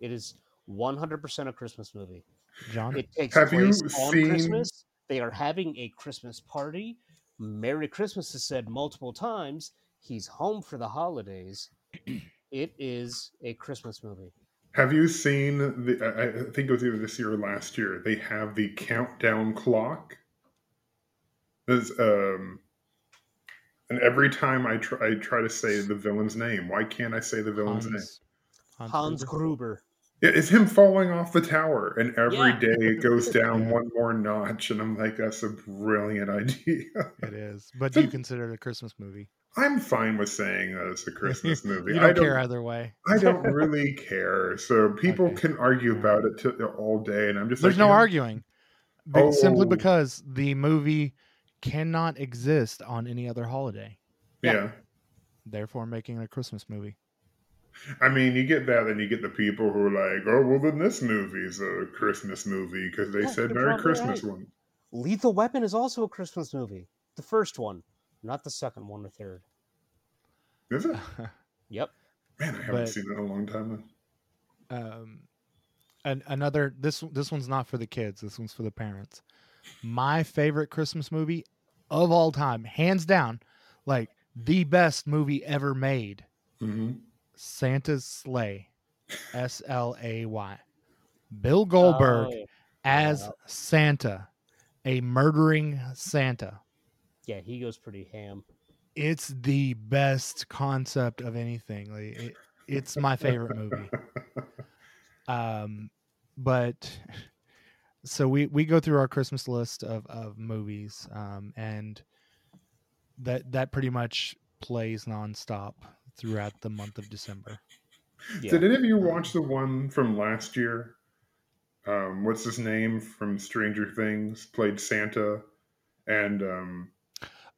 Speaker 3: It is 100% a Christmas movie.
Speaker 1: John,
Speaker 3: It takes
Speaker 2: Have you
Speaker 3: place on
Speaker 2: seen-
Speaker 3: Christmas. They are having a Christmas party. Merry Christmas is said multiple times. He's home for the holidays. It is a Christmas movie.
Speaker 2: Have you seen the? I- I think it was either this year or last year. They have the countdown clock. There's, um, and every time I try, I try to say the villain's name. Why can't I say the villain's name?
Speaker 1: Hans, Hans
Speaker 3: Hans
Speaker 1: Gruber.
Speaker 3: Gruber.
Speaker 2: Yeah, It's him falling off the tower, and every
Speaker 3: Yeah.
Speaker 2: day it goes down
Speaker 1: Yeah.
Speaker 2: one more notch. And I'm like, that's a brilliant idea.
Speaker 1: It is. But do you consider it a Christmas movie?
Speaker 2: I'm fine with saying that it's a Christmas movie.
Speaker 1: you
Speaker 2: I
Speaker 1: don't
Speaker 2: don't
Speaker 1: care either way.
Speaker 2: I don't really care. So people
Speaker 1: Okay.
Speaker 2: can argue about it to, all day, and I'm just
Speaker 1: There's
Speaker 2: like,
Speaker 1: no
Speaker 2: you know,
Speaker 1: arguing. Be- Simply
Speaker 2: Oh.
Speaker 1: because the movie cannot exist on any other holiday.
Speaker 3: Yeah.
Speaker 2: yeah.
Speaker 1: therefore making it a Christmas movie.
Speaker 2: I mean, you get that, and you get the people who are like, "Oh, well, then this movie's a Christmas movie because they
Speaker 3: Yeah,
Speaker 2: said
Speaker 3: you're
Speaker 2: Merry
Speaker 3: probably
Speaker 2: Christmas one."
Speaker 3: Lethal Weapon is also a Christmas movie. The first one, not the second one or third.
Speaker 2: Is it?
Speaker 3: Yep.
Speaker 2: Man, I haven't
Speaker 1: But-
Speaker 2: seen that in a long time.
Speaker 1: um, and another this this one's not for the kids. This one's for the parents. My favorite Christmas movie of all time, hands down, like the best movie ever made.
Speaker 2: hmm
Speaker 1: Santa's Sleigh, S L A Y. Bill Goldberg
Speaker 3: Oh,
Speaker 1: as
Speaker 3: yeah.
Speaker 1: Santa, a murdering Santa.
Speaker 3: yeah, he goes pretty ham.
Speaker 1: It's the best concept of anything. Like, it- it's my favorite movie. um but so we we go through our christmas list of of movies um and that that pretty much plays nonstop throughout the month of december
Speaker 3: Yeah.
Speaker 2: Did any of you watch the one from last year? Um, what's his name from Stranger Things played Santa, and um,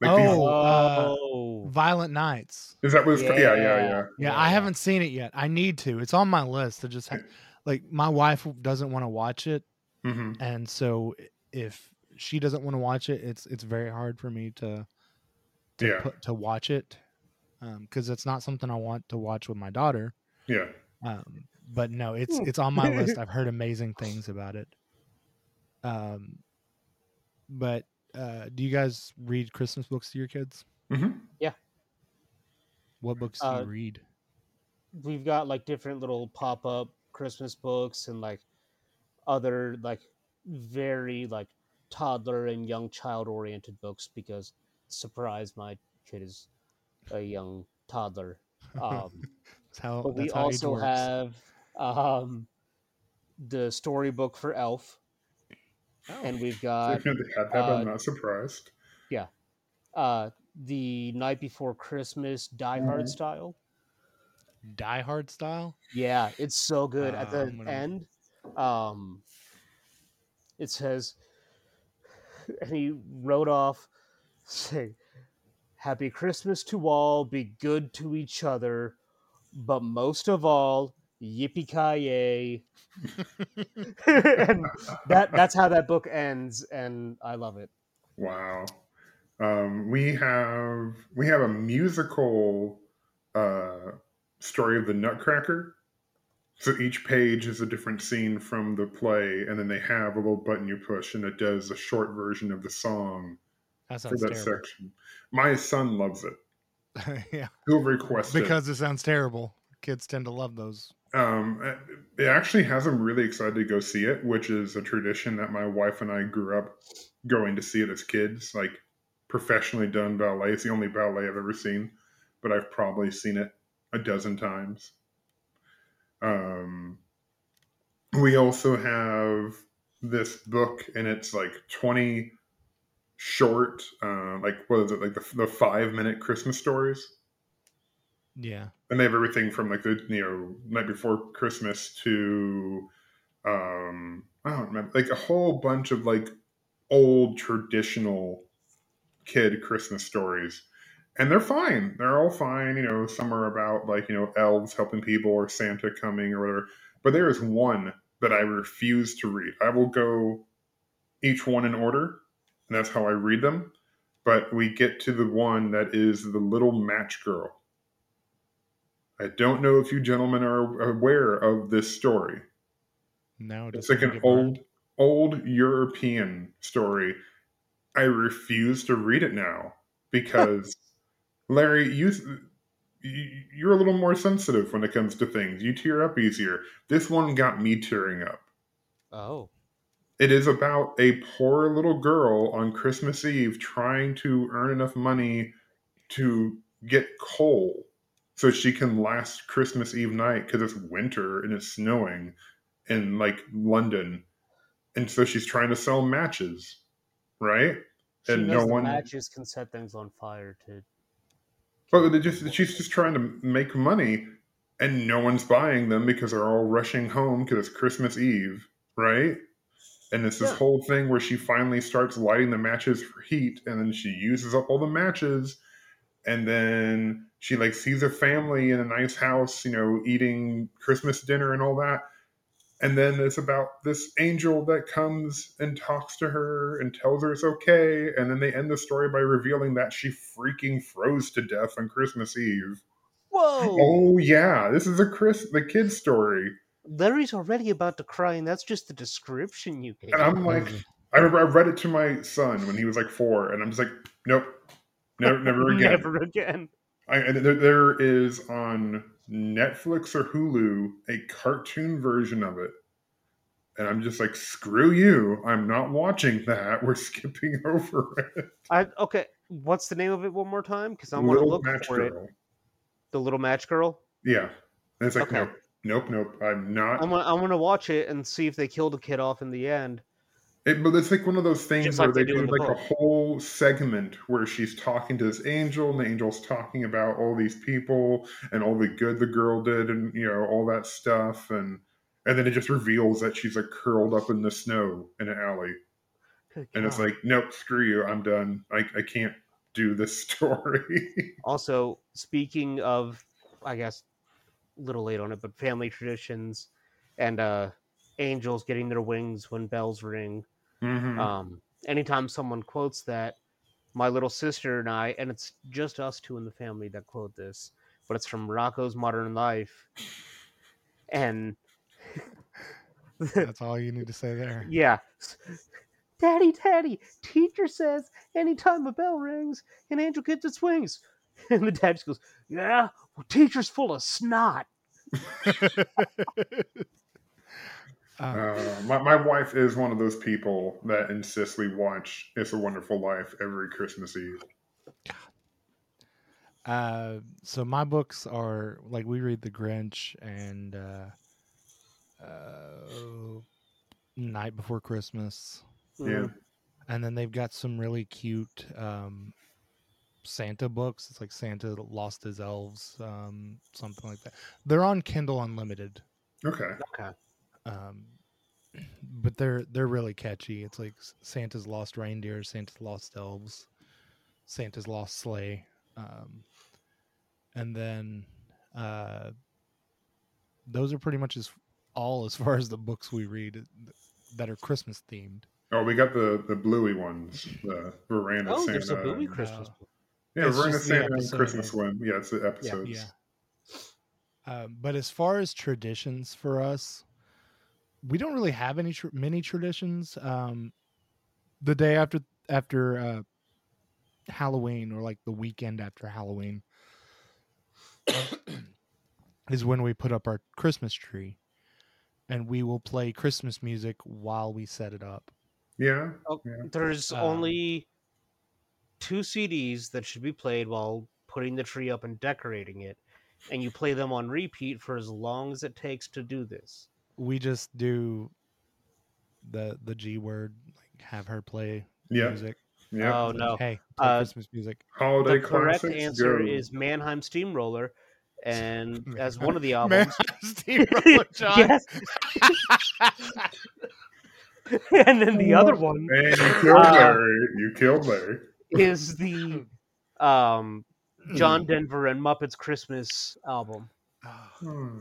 Speaker 2: like these-
Speaker 1: Oh, uh,
Speaker 3: Oh.
Speaker 1: violent nights
Speaker 2: is that what? It's, yeah, yeah,
Speaker 3: yeah.
Speaker 2: yeah.
Speaker 1: yeah, i haven't seen it yet i need to it's on my list to just ha- like my wife doesn't want to watch it,
Speaker 2: hmm
Speaker 1: and so if she doesn't want to watch it, it's it's very hard for me to to
Speaker 2: Yeah.
Speaker 1: put, to watch it because it's not something I want to watch with my daughter.
Speaker 2: Yeah.
Speaker 1: Um, but no, it's it's on my list. I've heard amazing things about it. Um, but uh, do you guys read Christmas books to your kids?
Speaker 2: hmm
Speaker 1: What books do
Speaker 3: Uh,
Speaker 1: you read?
Speaker 3: we've got like different little pop up Christmas books and like other like very like toddler and young child oriented books because surprise, my kid is a young toddler. Um,
Speaker 1: That's how,
Speaker 3: but we
Speaker 1: that's how age
Speaker 3: also
Speaker 1: works.
Speaker 3: have um, the storybook for Elf,
Speaker 2: Oh.
Speaker 3: and we've got uh,
Speaker 2: I'm not surprised.
Speaker 3: uh, the Night Before Christmas Die Hard
Speaker 1: Mm-hmm.
Speaker 2: Mhm.
Speaker 3: style.
Speaker 1: Die Hard style.
Speaker 3: Yeah, it's so good. At
Speaker 1: Uh,
Speaker 3: the
Speaker 1: I'm gonna-
Speaker 3: end, um, it says, and he wrote off, say, Happy Christmas to all, be good to each other, but most of all, yippee ki and that that's how that book ends, and I love it.
Speaker 2: Wow. Um, we have we have a musical uh, story of the Nutcracker. So each page is a different scene from the play, and then they have a little button you push, and it does a short version of the song
Speaker 1: That
Speaker 2: for
Speaker 1: sounds
Speaker 2: that
Speaker 1: terrible.
Speaker 2: section. My son loves it.
Speaker 1: yeah,
Speaker 2: He'll request it.
Speaker 1: because it sounds terrible. Kids tend to love those.
Speaker 2: um, it actually has them really excited to go see it, which is a tradition that my wife and I grew up going to see it as kids. Like professionally done ballet, it's the only ballet I've ever seen, but I've probably seen it a dozen times. Um, we also have this book, and it's like twenty short, uh, like what is it, like the, the five minute Christmas stories
Speaker 1: Yeah,
Speaker 2: and they have everything from like the you know night before Christmas to um I don't remember like a whole bunch of like old traditional kid Christmas stories. And they're fine. They're all fine. You know, some are about like, you know, elves helping people or Santa coming or whatever. But there is one that I refuse to read. I will go each one in order, and that's how I read them. But we get to the one that is the little match girl. I don't know if you gentlemen are aware of this story.
Speaker 1: no,
Speaker 2: It's
Speaker 1: doesn't
Speaker 2: like an
Speaker 1: get burned.
Speaker 2: old, old European story. I refuse to read it now because, Larry, you you- you're a little more sensitive when it comes to things. You tear up easier. This one got me tearing up.
Speaker 3: Oh,
Speaker 2: It is about a poor little girl on Christmas Eve trying to earn enough money to get coal so she can last Christmas Eve night because it's winter and it's snowing in like London. And so she's trying to sell matches, right?
Speaker 3: she
Speaker 2: And
Speaker 3: knows
Speaker 2: no
Speaker 3: the
Speaker 2: one-
Speaker 3: matches can set things on fire to.
Speaker 2: But they just she's just trying to make money and no one's buying them because they're all rushing home because it's Christmas Eve, right? And it's this
Speaker 3: Yeah.
Speaker 2: whole thing where she finally starts lighting the matches for heat and then she uses up all the matches and then she like sees a family in a nice house, you know, eating Christmas dinner and all that. And then it's about this angel that comes and talks to her and tells her it's okay. And then they end the story by revealing that she freaking froze to death on Christmas Eve.
Speaker 3: Whoa!
Speaker 2: Oh yeah, this is a Chris the kid story.
Speaker 3: Larry's already about to cry, and that's just the description you gave.
Speaker 2: And I'm like, I remember I read it to my son when he was like four, and I'm just like, nope, never, never again.
Speaker 3: Never again.
Speaker 2: I, and there, there is on Netflix or Hulu a cartoon version of it. And I'm just like, screw you. I'm not watching that. We're skipping over it.
Speaker 3: I okay. What's the name of it one more time? Because I want to
Speaker 2: Little
Speaker 3: look
Speaker 2: Match
Speaker 3: for it.
Speaker 2: Girl.
Speaker 3: The Little Match Girl.
Speaker 2: Yeah. And it's like,
Speaker 3: Okay.
Speaker 2: nope, nope, nope. I'm not.
Speaker 3: I want. I want to watch it and see if they killed a kid off in the end.
Speaker 2: It, but it's like one of those things
Speaker 3: Just
Speaker 2: where
Speaker 3: like
Speaker 2: they,
Speaker 3: they
Speaker 2: do,
Speaker 3: do in the
Speaker 2: like a
Speaker 3: book.
Speaker 2: whole segment where she's talking to this angel, and the angel's talking about all these people and all the good the girl did, and you know all that stuff, and and then it just reveals that she's like curled up in the snow in an alley,
Speaker 3: Good
Speaker 2: and it's
Speaker 3: God.
Speaker 2: like, nope, screw you, I'm done. I I can't do this story.
Speaker 3: Also, speaking of, I guess, a little late on it, but family traditions. and uh, angels getting their wings when bells ring.
Speaker 2: Mhm.
Speaker 3: Um, anytime someone quotes that, my little sister and I, and it's just us two in the family that quote this, but it's from Rocco's Modern Life. And
Speaker 1: That's all you need to say there.
Speaker 3: yeah, Daddy, Daddy, teacher says anytime a bell rings, an angel gets its wings. And the dad just goes, Yeah, well, teacher's full of snot.
Speaker 1: Uh,
Speaker 2: Uh, my, my wife is one of those people that insists we watch It's a Wonderful Life every Christmas Eve.
Speaker 1: uh, so my books are like we read The Grinch and uh, uh, Night Before Christmas,
Speaker 2: Yeah.
Speaker 1: and then they've got some really cute um, Santa books. It's like Santa lost his elves, um, something like that. They're on Kindle Unlimited.
Speaker 2: Okay.
Speaker 3: Okay.
Speaker 1: um, but they're they're really catchy. It's like S- Santa's lost reindeer, Santa's lost elves, Santa's lost sleigh, um, and then uh, those are pretty much as all as far as the books we read that are Christmas themed.
Speaker 2: Oh, we got the the bluey ones, the Veranda
Speaker 3: Oh,
Speaker 2: Santa.
Speaker 3: there's a Bowie
Speaker 2: and-
Speaker 3: Christmas
Speaker 1: Wow.
Speaker 3: book.
Speaker 2: Yeah,
Speaker 1: It's
Speaker 2: Veranda
Speaker 1: just the
Speaker 2: Santa and
Speaker 1: episode.
Speaker 2: Christmas one. Yeah, it's the episodes.
Speaker 1: Yeah. Um, but as far as traditions for us, we don't really have any tr- many traditions. Um, the day after after uh, Halloween or like the weekend after Halloween is when we put up our Christmas tree, and we will play Christmas music while we set it up.
Speaker 2: Yeah.
Speaker 3: There's
Speaker 1: Um,
Speaker 3: only two CDs that should be played while putting the tree up and decorating it, and you play them on repeat for as long as it takes to do this.
Speaker 1: We just do the the G word, like have her play
Speaker 2: Yeah.
Speaker 1: music.
Speaker 2: Yeah.
Speaker 3: Oh no!
Speaker 1: Hey, play
Speaker 3: Uh,
Speaker 1: Christmas music.
Speaker 2: Holiday
Speaker 3: the correct
Speaker 2: classics,
Speaker 3: answer
Speaker 2: go.
Speaker 3: is Mannheim Steamroller, and
Speaker 1: Man-
Speaker 3: as one of the
Speaker 1: Man,
Speaker 3: albums,
Speaker 1: Steve Roller John.
Speaker 3: yes. and then the other one
Speaker 2: Man, you killed
Speaker 3: Uh,
Speaker 2: Larry. You killed Larry.
Speaker 3: is the um,
Speaker 1: Hmm.
Speaker 3: John Denver and Muppets Christmas album.
Speaker 1: Mm.
Speaker 2: Hmm.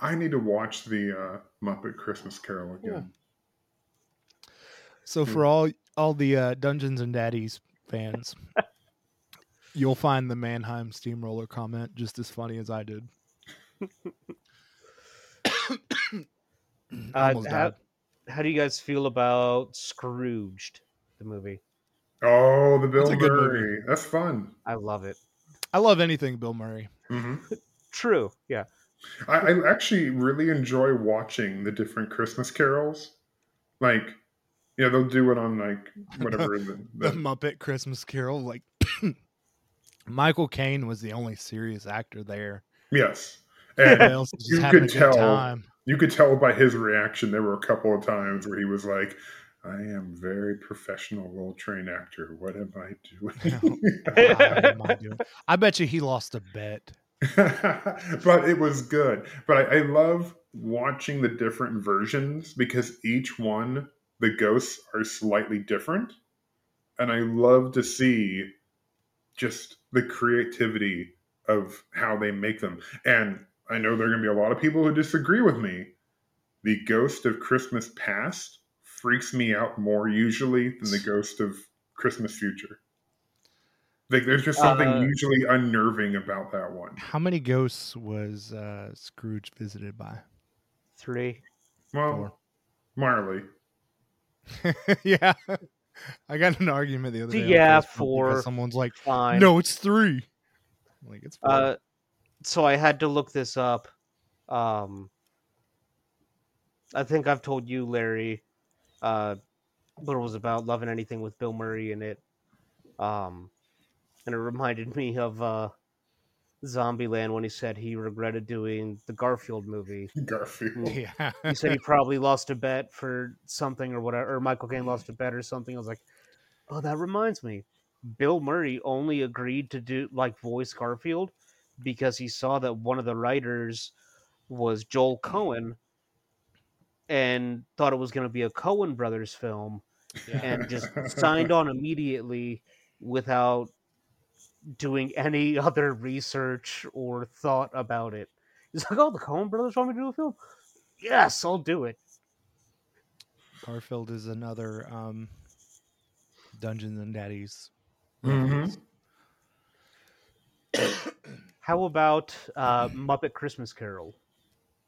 Speaker 2: I need to watch the uh, Muppet Christmas Carol again.
Speaker 1: So for all all the uh, Dungeons and Daddies fans, you'll find the Mannheim Steamroller comment just as funny as I did. I
Speaker 3: Uh,
Speaker 1: almost
Speaker 3: how,
Speaker 1: died.
Speaker 3: how do you guys feel about Scrooged, the movie?
Speaker 2: Oh, the Bill
Speaker 1: That's a good
Speaker 2: Murray. That's fun.
Speaker 3: I love it.
Speaker 1: I love anything Bill Murray.
Speaker 2: hmm
Speaker 3: True. Yeah.
Speaker 2: I, I actually really enjoy watching the different Christmas carols. Like, yeah, they'll do it on like whatever. the,
Speaker 1: The
Speaker 2: the-
Speaker 1: Muppet Christmas Carol, like Michael Caine was the only serious actor there.
Speaker 2: yes,
Speaker 1: Everybody
Speaker 2: and
Speaker 1: else was
Speaker 2: You
Speaker 1: just having a
Speaker 2: could
Speaker 1: good
Speaker 2: tell.
Speaker 1: time.
Speaker 2: you could tell by his reaction. There were a couple of times where he was like, "I am very professional, well trained actor. What am I doing?"
Speaker 1: What am I doing? I bet you he lost a bet.
Speaker 2: but it was good. But I, I love watching the different versions because each one, the ghosts are slightly different. And I love to see just the creativity of how they make them. And I know there are going to be a lot of people who disagree with me. The ghost of Christmas past freaks me out more usually than the ghost of Christmas future. Like, there's just something
Speaker 3: Uh,
Speaker 2: usually unnerving about that one.
Speaker 1: How many ghosts was uh, Scrooge visited by?
Speaker 3: Three.
Speaker 2: Well,
Speaker 1: Four.
Speaker 2: Marley.
Speaker 1: yeah. I got in an argument the other day. on
Speaker 3: Yeah,
Speaker 1: Facebook because
Speaker 3: four.
Speaker 1: Someone's like,
Speaker 3: Fine.
Speaker 1: no, it's three. I'm like, it's four.
Speaker 3: Uh, so I had to look this up. Um, I think I've told you, Larry, uh, but it was about loving anything with Bill Murray in it. Um, and it reminded me of uh, Zombieland when he said he regretted doing the Garfield movie.
Speaker 2: Garfield.
Speaker 1: yeah.
Speaker 3: He said he probably lost a bet for something or whatever, or Michael Caine lost a bet or something. I was like, oh, that reminds me. Bill Murray only agreed to do like voice Garfield because he saw that one of the writers was Joel Cohen and thought it was going to be a Cohen brothers film and just signed on immediately without doing any other research or thought about it. He's He's like, oh, the Coen Brothers want me to do a film. Yes, I'll do it.
Speaker 1: Garfield is another um, Dungeons and Daddies.
Speaker 2: Mhm.
Speaker 3: How about uh, Muppet Christmas Carol?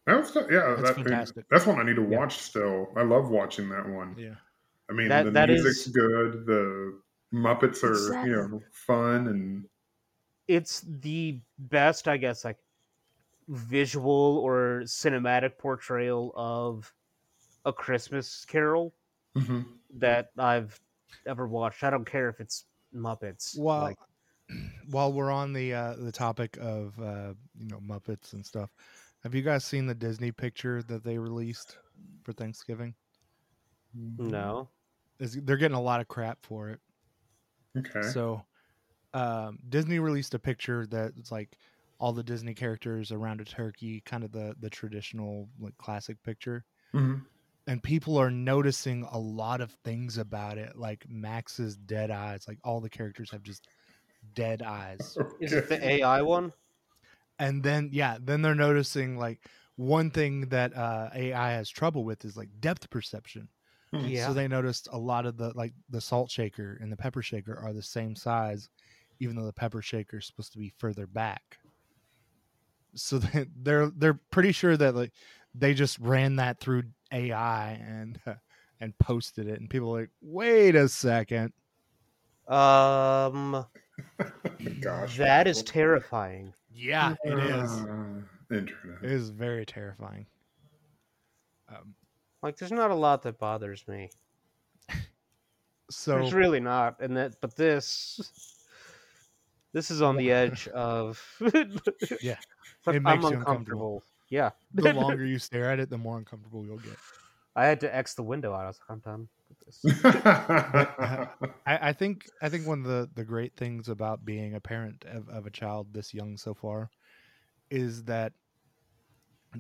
Speaker 2: That's the- yeah,
Speaker 1: That's
Speaker 2: that thing-
Speaker 1: fantastic.
Speaker 2: that's one I need to
Speaker 3: Yeah.
Speaker 2: watch still. I love watching that one.
Speaker 1: Yeah.
Speaker 2: I mean,
Speaker 3: That-
Speaker 2: the
Speaker 3: that
Speaker 2: music's
Speaker 3: is-
Speaker 2: good. The Muppets are
Speaker 3: Exactly.
Speaker 2: you know fun and
Speaker 3: It's the best, I guess, like visual or cinematic portrayal of a Christmas Carol
Speaker 2: Mhm.
Speaker 3: that I've ever watched. I don't care if it's Muppets.
Speaker 1: While
Speaker 3: like,
Speaker 1: while we're on the uh, the topic of uh, you know Muppets and stuff, have you guys seen the Disney picture that they released for Thanksgiving?
Speaker 3: no.
Speaker 1: Is they're getting a lot of crap for it.
Speaker 2: Okay.
Speaker 1: So um, Disney released a picture that's like all the Disney characters around a turkey, kind of the the traditional like classic picture.
Speaker 2: Mhm.
Speaker 1: And people are noticing a lot of things about it, like Max's dead eyes. Like all the characters have just dead eyes.
Speaker 2: Mm-hmm.
Speaker 3: Is it the
Speaker 2: Okay.
Speaker 3: AI one?
Speaker 1: and then yeah then they're noticing like one thing that uh, ai has trouble with is like depth perception
Speaker 2: Hmm.
Speaker 1: so they noticed a lot of the like the salt shaker and the pepper shaker are the same size even though the pepper shaker is supposed to be further back so they, they're they're pretty sure that like they just ran that through ai and uh, and posted it and people are like wait a second
Speaker 3: Um,
Speaker 2: Gosh,
Speaker 3: that is
Speaker 2: people.
Speaker 3: terrifying.
Speaker 1: yeah it is
Speaker 2: Ah, internet.
Speaker 1: it is very terrifying um,
Speaker 3: Like, there's not a lot that bothers me.
Speaker 1: so
Speaker 3: There's really not, and that but this this is on the edge of
Speaker 1: Yeah.
Speaker 3: But
Speaker 1: It
Speaker 3: I'm
Speaker 1: makes you
Speaker 3: uncomfortable.
Speaker 1: uncomfortable.
Speaker 3: Yeah,
Speaker 1: the longer you stare at it, the more uncomfortable you'll get.
Speaker 3: I had to X the window out. I was like, I'm done with this.
Speaker 1: I, I think I think one of the, the great things about being a parent of, of a child this young so far is that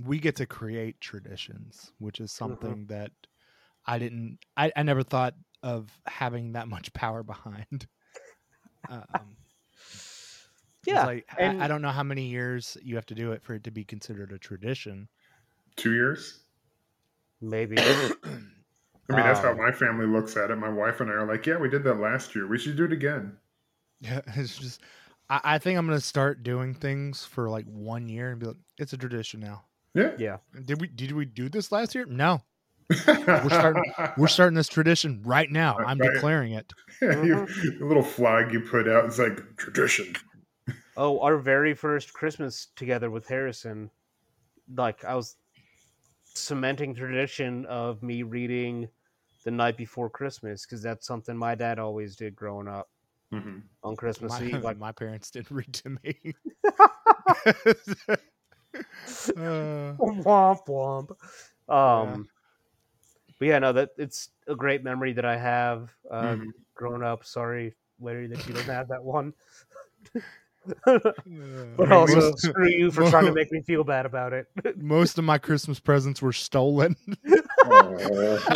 Speaker 1: we get to create traditions, which is
Speaker 3: Mm-hmm.
Speaker 1: something that I didn't I, I never thought of having that much power behind. Um, it's
Speaker 3: Yeah,
Speaker 1: like, I-
Speaker 3: and-
Speaker 1: I don't know how many years you have to do it for it to be considered a tradition.
Speaker 2: Two years.
Speaker 3: maybe.
Speaker 2: I mean, that's how
Speaker 3: Um,
Speaker 2: my family looks at it. My wife and I are like, yeah, we did that last year. We should do it again.
Speaker 1: Yeah, it's just I, I think I'm gonna start doing things for like one year and be like, it's a tradition now.
Speaker 2: Yeah.
Speaker 3: Yeah,
Speaker 1: Did we did we do this last year? No. starting- We're starting this tradition right now. I'm
Speaker 2: Right.
Speaker 1: declaring it.
Speaker 2: Yeah, you- the little flag you put out is like tradition.
Speaker 3: Oh, our very first Christmas together with Harrison, like I was cementing tradition of me reading the night before Christmas because that's something my dad always did growing up
Speaker 2: Mhm.
Speaker 3: on Christmas
Speaker 1: My,
Speaker 3: Eve. Like,
Speaker 1: my parents didn't read to me. Uh,
Speaker 3: womp womp.
Speaker 1: Yeah.
Speaker 3: Um, but yeah, no, that it's a great memory that I have uh,
Speaker 2: Mhm.
Speaker 3: growing up. Sorry, Larry, that you don't have that one. but
Speaker 1: uh,
Speaker 3: also,
Speaker 1: most,
Speaker 3: screw you for trying to make me feel bad about it.
Speaker 1: most of my Christmas presents were stolen.
Speaker 2: Oh,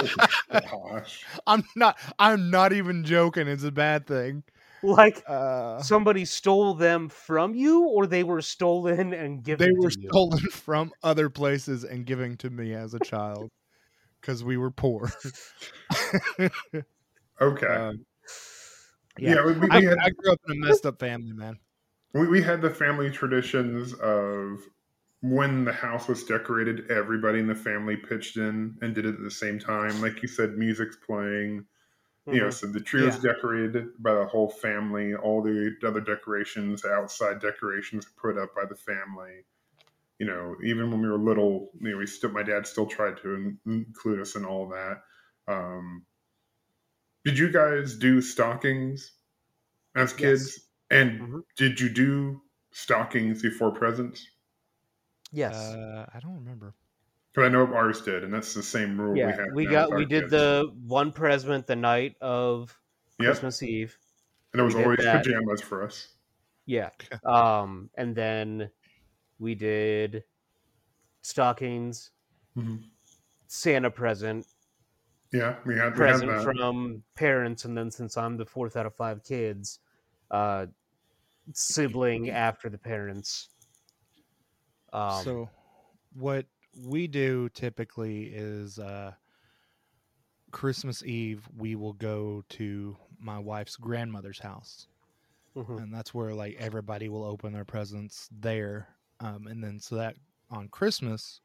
Speaker 2: gosh.
Speaker 1: I'm not I'm not even joking. It's a bad thing.
Speaker 3: like
Speaker 1: Uh,
Speaker 3: somebody stole them from you, or they were stolen and given.
Speaker 1: they were
Speaker 3: to you?
Speaker 1: stolen from other places and giving to me as a child because we were poor.
Speaker 2: Okay.
Speaker 1: Um,
Speaker 2: yeah.
Speaker 1: yeah.
Speaker 2: we, we,
Speaker 1: I,
Speaker 2: had,
Speaker 1: I grew up in a messed up family, man.
Speaker 2: we, we had the family traditions of when the house was decorated, everybody in the family pitched in and did it at the same time. Like you said, music's playing. you know,
Speaker 3: Mhm.
Speaker 2: so the tree was decorated by the whole family. All the other decorations, the outside decorations, put up by the family. You know, even when we were little, you know, we still my dad still tried to in- include us in all that. Um, did you guys do stockings as kids? And
Speaker 3: Mhm.
Speaker 2: did you do stockings before presents?
Speaker 3: Yes.
Speaker 1: Uh, I don't remember.
Speaker 2: Because I know ours did, and that's the same rule we
Speaker 3: yeah,
Speaker 2: have.
Speaker 3: we
Speaker 2: now
Speaker 3: got
Speaker 2: with
Speaker 3: we
Speaker 2: our
Speaker 3: did
Speaker 2: kids.
Speaker 3: the one present the night of
Speaker 2: yep,
Speaker 3: Christmas Eve.
Speaker 2: and it was
Speaker 3: we did
Speaker 2: always
Speaker 3: that.
Speaker 2: pajamas for us.
Speaker 3: Yeah. um, and then we did stockings,
Speaker 2: Mhm.
Speaker 3: Santa present,
Speaker 2: Yeah, we had, we had
Speaker 3: present
Speaker 2: that.
Speaker 3: from parents, and then since I'm the fourth out of five kids,
Speaker 1: Mm-hmm.
Speaker 3: uh, sibling after the parents. Um,
Speaker 1: so what we do typically is uh Christmas Eve we will go to my wife's grandmother's house.
Speaker 3: Mhm.
Speaker 1: and that's where like everybody will open their presents there um, and then so that on christmas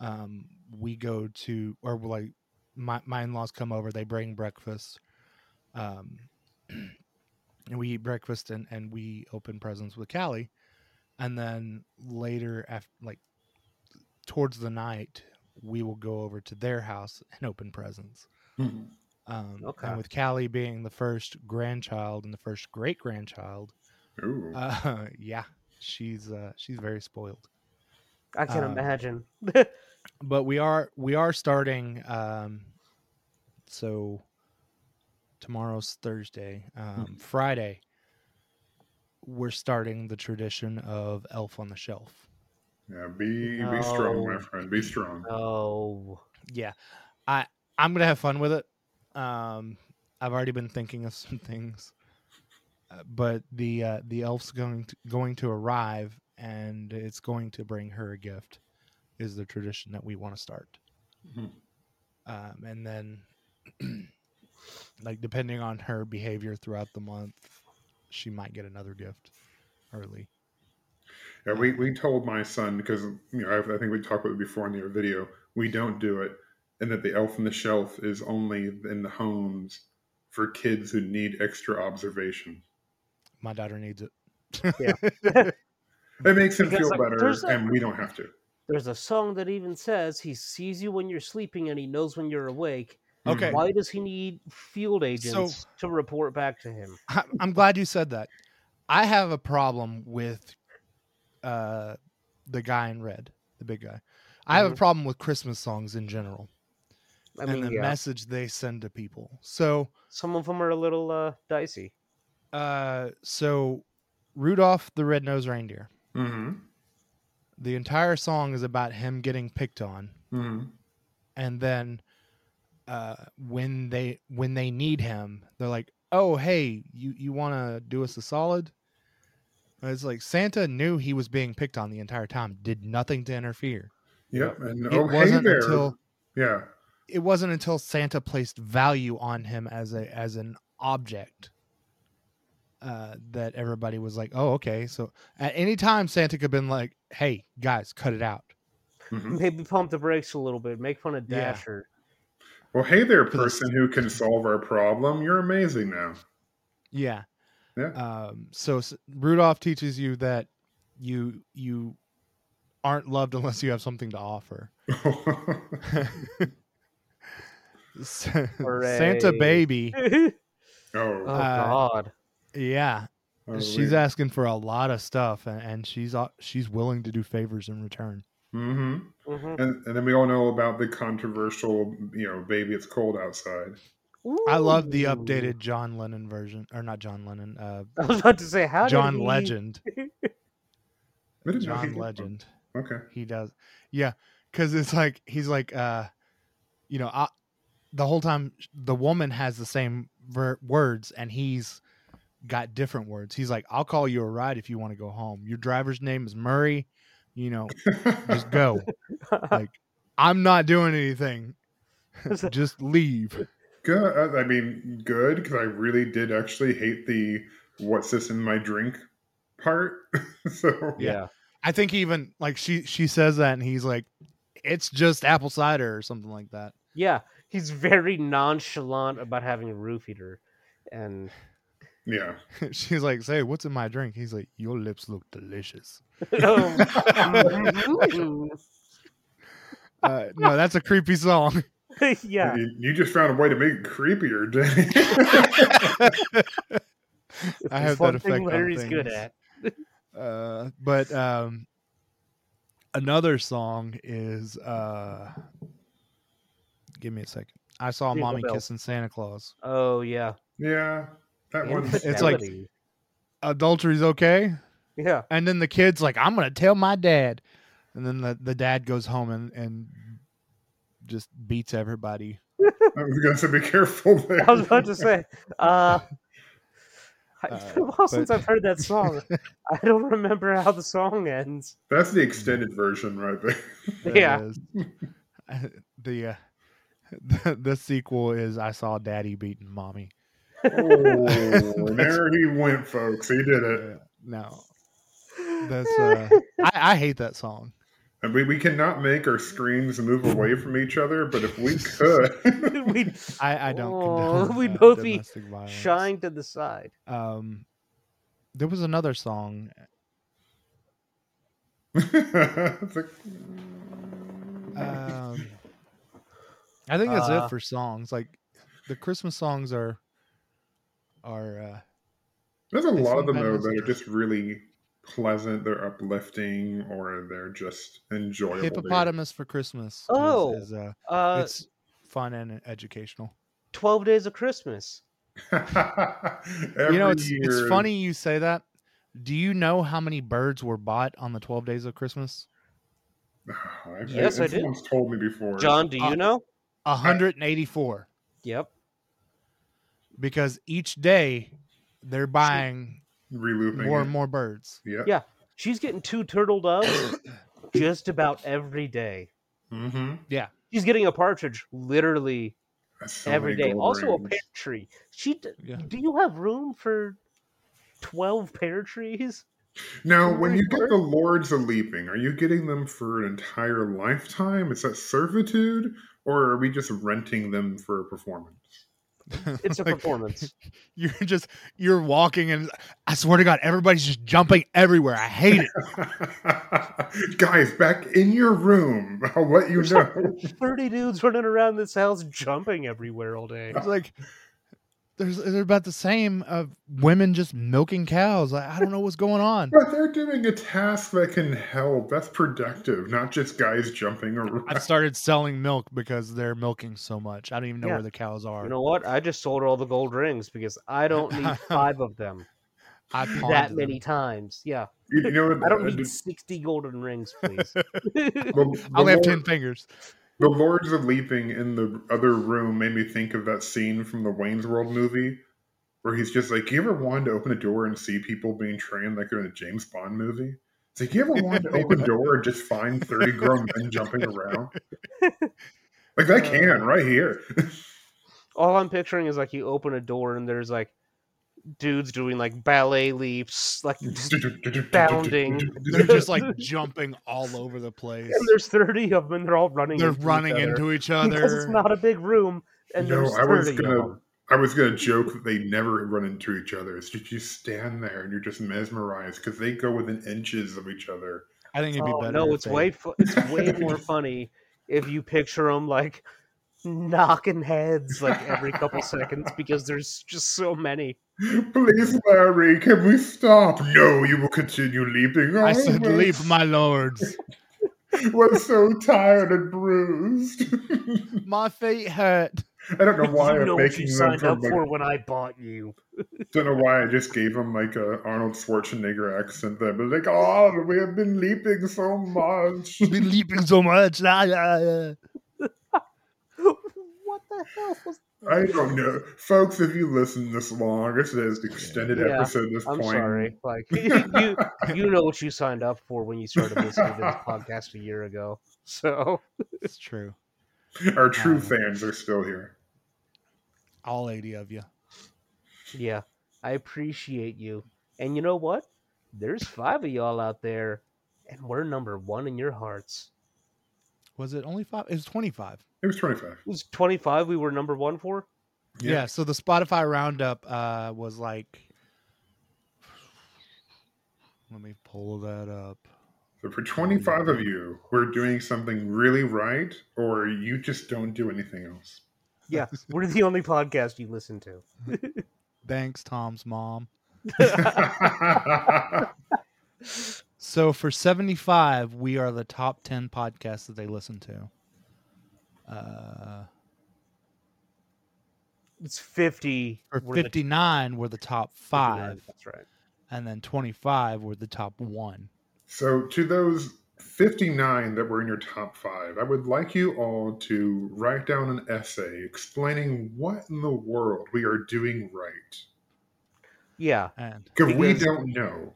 Speaker 1: um, we go to or like my, my in-laws come over they bring breakfast um, and we eat breakfast and, and we open presents with callie and then later after like towards the night we will go over to their house and open presents
Speaker 2: Mhm.
Speaker 1: um,
Speaker 3: Okay.
Speaker 1: and with callie being the first grandchild and the first great grandchild
Speaker 2: Ooh.
Speaker 1: uh, yeah, she's uh, she's very spoiled.
Speaker 3: I can
Speaker 1: Um,
Speaker 3: imagine.
Speaker 1: But we are we are starting. Um, so tomorrow's Thursday. Um, Friday, we're starting the tradition of Elf on the Shelf.
Speaker 2: yeah, be be strong, my
Speaker 3: No.
Speaker 2: friend. Be strong.
Speaker 3: oh,
Speaker 1: Yeah, I I'm gonna have fun with it. Um, I've already been thinking of some things, Uh, but the uh, the elf's going to, going to arrive, and it's going to bring her a gift. Is the tradition that we want to start, Mm-hmm.
Speaker 2: Hmm.
Speaker 1: um, and then like depending on her behavior throughout the month, she might get another gift early.
Speaker 2: Yeah, we, we told my son because you know I, I think we talked about it before in the video. We don't do it, and that the elf on the shelf is only in the homes for kids who need extra observation.
Speaker 1: My daughter needs it. Mm-hmm.
Speaker 2: It makes him
Speaker 3: Because,
Speaker 2: feel
Speaker 3: like,
Speaker 2: better,
Speaker 3: there's a-
Speaker 2: and we don't have to.
Speaker 3: there's a song that even says he sees you when you're sleeping and he knows when you're awake.
Speaker 1: Okay.
Speaker 3: Why does he need field agents to report back to him?
Speaker 1: I- I'm glad you said that. I have a problem with uh, the guy in red, the big guy. I have a
Speaker 3: Mhm.
Speaker 1: problem with Christmas songs in general
Speaker 3: I mean,
Speaker 1: and the
Speaker 3: yeah,
Speaker 1: message they send to people. So,
Speaker 3: some of them are a little uh, dicey.
Speaker 1: uh, so Rudolph the Red-Nosed Reindeer.
Speaker 2: hmm
Speaker 1: The entire song is about him getting picked on,
Speaker 2: hmm
Speaker 1: and then uh, when they when they need him, they're like, "Oh, hey, you you want to do us a solid?" And It's like Santa knew he was being picked on the entire time, did nothing to interfere.
Speaker 2: Yep. And
Speaker 1: It
Speaker 2: oh, hey
Speaker 1: wasn't
Speaker 2: there.
Speaker 1: until-
Speaker 2: yeah.
Speaker 1: it wasn't until Santa placed value on him as a as an object uh, that everybody was like, "Oh, okay." So at any time, Santa could have been like, "Hey, guys, cut it out."
Speaker 2: hmm
Speaker 3: Maybe pump the brakes a little bit, make fun of
Speaker 1: Yeah.
Speaker 3: Dasher.
Speaker 2: Well, hey there,
Speaker 1: For the s-
Speaker 2: person who can solve our problem. You're amazing now.
Speaker 1: Yeah.
Speaker 2: Yeah.
Speaker 1: Um, so s- Rudolph teaches you that you you aren't loved unless you have something to offer.
Speaker 2: Oh,
Speaker 1: S- Santa
Speaker 3: Hooray.
Speaker 1: baby,
Speaker 3: oh
Speaker 2: oh,
Speaker 1: Uh,
Speaker 3: God!
Speaker 1: yeah,
Speaker 2: oh,
Speaker 1: she's asking for a lot of stuff, and, and she's uh, she's willing to do favors in return.
Speaker 2: hmm
Speaker 1: mm-hmm.
Speaker 3: Mhm.
Speaker 2: And, and then we all know about the controversial, you know, baby, it's cold outside.
Speaker 1: I love the
Speaker 3: Ooh.
Speaker 1: updated John Lennon version, or not John Lennon, uh,
Speaker 3: I was about to say how did
Speaker 1: John
Speaker 3: he-
Speaker 1: Legend.
Speaker 2: I didn't know he
Speaker 1: John
Speaker 2: did one.
Speaker 1: Legend.
Speaker 2: Okay.
Speaker 1: He does, yeah, because it's like he's like, uh, you know, I, the whole time the woman has the same ver- words, and he's got different words. He's like, "I'll call you a ride if you want to go home. Your driver's name is Murray. You know, just go. like, I'm not doing anything. just leave."
Speaker 2: good. I mean, good because I really did actually hate the "What's this in my drink?" part. so
Speaker 1: Yeah. I think even like she she says that, and he's like, "It's just apple cider or something like that."
Speaker 3: Yeah, he's very nonchalant about having a roof heater, and
Speaker 2: yeah,
Speaker 1: She's like, "Say, what's in my drink?" He's like, "Your lips look delicious."
Speaker 3: um,
Speaker 1: uh,
Speaker 3: mm-hmm.
Speaker 1: no, that's a creepy song.
Speaker 3: yeah,
Speaker 2: You, you just found a way to make it creepier, Danny.
Speaker 1: I
Speaker 3: there's
Speaker 1: have that
Speaker 3: one
Speaker 1: effect on
Speaker 3: thing Larry's good
Speaker 1: things.
Speaker 3: at.
Speaker 1: Uh, but um, another song is uh, give me a second. I saw
Speaker 3: Jingle
Speaker 1: mommy
Speaker 3: Bells.
Speaker 1: kissing Santa Claus.
Speaker 3: Oh, yeah,
Speaker 2: yeah, that one's
Speaker 1: It's like-
Speaker 3: Infidelity.
Speaker 1: Adultery's okay,
Speaker 3: yeah,
Speaker 1: and then the kid's like, "I'm gonna tell my dad," and then the, the dad goes home and and just beats everybody.
Speaker 2: I was gonna say, be careful there.
Speaker 3: I was about to say, uh, it's been a while since
Speaker 1: but-
Speaker 3: I've heard that song. I don't remember how the song ends.
Speaker 2: That's the extended version right there.
Speaker 1: That
Speaker 3: Yeah.
Speaker 1: is- the, uh, the the sequel is I saw Daddy beating Mommy.
Speaker 2: Oh, and there he went, folks. He did it.
Speaker 1: Yeah. No, that's uh, I, I hate that song.
Speaker 2: And we, we cannot make our screams move away from each other, but if we could,
Speaker 1: uh,
Speaker 3: we
Speaker 1: I, I don't.
Speaker 3: Oh,
Speaker 1: condone,
Speaker 3: we'd
Speaker 1: uh,
Speaker 3: both be
Speaker 1: domestic violence.
Speaker 3: shying to the side.
Speaker 1: Um, there was another song.
Speaker 2: It's like,
Speaker 1: Um, I think that's
Speaker 3: Uh,
Speaker 1: it for songs. Like the Christmas songs are are uh,
Speaker 2: there's a
Speaker 1: they
Speaker 2: lot of them though
Speaker 1: sometimes-
Speaker 2: that are just really pleasant. They're uplifting, or they're just enjoyable.
Speaker 1: hippopotamus for Christmas. is-
Speaker 3: Oh,
Speaker 1: is, uh,
Speaker 3: Uh,
Speaker 1: it's fun and educational.
Speaker 3: Twelve Days of Christmas.
Speaker 2: Every
Speaker 1: you know, it's
Speaker 2: year-
Speaker 1: it's funny you say that. Do you know how many birds were bought on the twelve days of Christmas?
Speaker 2: I-
Speaker 3: Yes, I
Speaker 2: this
Speaker 3: do.
Speaker 2: Someone's told me before.
Speaker 3: John, do you
Speaker 1: Uh,
Speaker 3: know?
Speaker 1: A hundred and eighty-four,
Speaker 3: Yep.
Speaker 1: because each day they're buying
Speaker 2: relooping.
Speaker 1: more
Speaker 2: it.
Speaker 1: and more birds.
Speaker 2: Yep.
Speaker 3: Yeah. She's getting two turtle doves just about every day.
Speaker 2: Mm-hmm.
Speaker 3: She's getting a partridge literally every day. Also a pear tree. She d-
Speaker 1: Yeah.
Speaker 3: do you have room for twelve pear trees?
Speaker 2: Now,
Speaker 3: Oh
Speaker 2: when
Speaker 3: my
Speaker 2: you get
Speaker 3: word.
Speaker 2: the Lords a Leaping, are you getting them for an entire lifetime? Is that servitude, or are we just renting them for a performance?
Speaker 3: It's a
Speaker 1: Like,
Speaker 3: performance.
Speaker 1: You're just you're walking, and I swear to God, everybody's just jumping everywhere. I hate it.
Speaker 2: Guys, back in your room. I'll let you know.
Speaker 3: Thirty dudes running around this house jumping everywhere all day.
Speaker 1: It's like there's they're about the same of women just milking cows. Like, I don't know what's going on.
Speaker 2: But they're doing a task that can help. That's productive, not just guys jumping around.
Speaker 1: I've started selling milk because they're milking so much. I don't even know
Speaker 3: Yeah.
Speaker 1: where the cows are.
Speaker 3: You know what? I just sold all the gold rings because I don't need five of them
Speaker 1: I pawned
Speaker 3: that
Speaker 1: them.
Speaker 3: many times. Yeah.
Speaker 2: You, you know what?
Speaker 3: I don't
Speaker 2: uh,
Speaker 3: need 60 golden rings, please.
Speaker 2: the-
Speaker 1: I only have
Speaker 2: the
Speaker 1: ten fingers.
Speaker 2: The Lords of Leaping in the other room made me think of that scene from the Wayne's World movie where he's just like, You ever wanted to open a door and see people being trained like they're in a James Bond movie? It's like, You ever wanted to open a door and just find 30 grown men jumping around? Like, I can right here.
Speaker 3: All I'm picturing is like you open a door and there's like dudes doing like ballet leaps, like just- Bounding.
Speaker 1: They're just like jumping all over the place.
Speaker 3: and there's 30 of them and they're all running.
Speaker 1: They're
Speaker 3: into each
Speaker 1: running
Speaker 3: other
Speaker 1: into each
Speaker 3: because it's
Speaker 1: other.
Speaker 3: not a big room. And
Speaker 2: No,
Speaker 3: there's
Speaker 2: I was
Speaker 3: 30
Speaker 2: gonna-
Speaker 3: of them.
Speaker 2: I was going to joke that they never run into each other. It's just you stand there and you're just mesmerized because they go within inches of each other.
Speaker 1: I think it'd be
Speaker 3: Oh,
Speaker 1: better.
Speaker 3: no,
Speaker 1: if
Speaker 3: it's
Speaker 1: they-
Speaker 3: way fu- it's way more funny if you picture them like knocking heads like every couple seconds because there's just so many.
Speaker 2: Please, Larry, can we stop? No, you will continue leaping.
Speaker 1: I
Speaker 2: Oh,
Speaker 1: said,
Speaker 2: we're-
Speaker 1: "Leap, my lords.
Speaker 2: We're so tired and bruised.
Speaker 1: My feet hurt."
Speaker 2: I don't know why
Speaker 3: you know
Speaker 2: I'm
Speaker 3: what you
Speaker 2: making them
Speaker 3: signed
Speaker 2: from.
Speaker 3: up
Speaker 2: Like,
Speaker 3: for when I bought you.
Speaker 2: Don't know why I just gave him like a Arnold Schwarzenegger accent there, but like, oh, we have been leaping so much.
Speaker 1: been leaping so much. Ah, yeah, yeah.
Speaker 3: what the hell was
Speaker 2: I don't know, folks. If you listen this long, this is an extended
Speaker 3: Yeah,
Speaker 2: episode. At this
Speaker 3: I'm
Speaker 2: point,
Speaker 3: sorry. Like you you know what you signed up for when you started listening to this podcast a year ago. So
Speaker 1: It's true.
Speaker 2: our true
Speaker 1: Um,
Speaker 2: fans are still here.
Speaker 1: All 80 of you.
Speaker 3: yeah, I appreciate you. And you know what? There's five of y'all out there, and we're number one in your hearts.
Speaker 1: Was it only five? It was 25.
Speaker 2: It was 25.
Speaker 3: It was 25 we were number one for?
Speaker 1: Yeah.
Speaker 2: Yeah.
Speaker 1: so the Spotify roundup uh, was like. Let me pull that up.
Speaker 2: So for 25 of you, we're doing something really right, or you just don't do anything else.
Speaker 3: Yeah, we're the only podcast you listen to.
Speaker 1: Thanks, Tom's mom.
Speaker 2: That's
Speaker 1: So for 75, we are the top 10 podcasts that they listen to. Uh,
Speaker 3: It's 50.
Speaker 1: or
Speaker 3: we're the
Speaker 1: 59 were the top
Speaker 3: 59,
Speaker 1: five,
Speaker 3: That's right.
Speaker 1: and then 25 were the top one.
Speaker 2: So, to those 59 that were in your top five, I would like you all to write down an essay explaining what in the world we are doing right.
Speaker 3: Yeah,
Speaker 1: And
Speaker 2: Because we
Speaker 3: Because-
Speaker 2: don't know.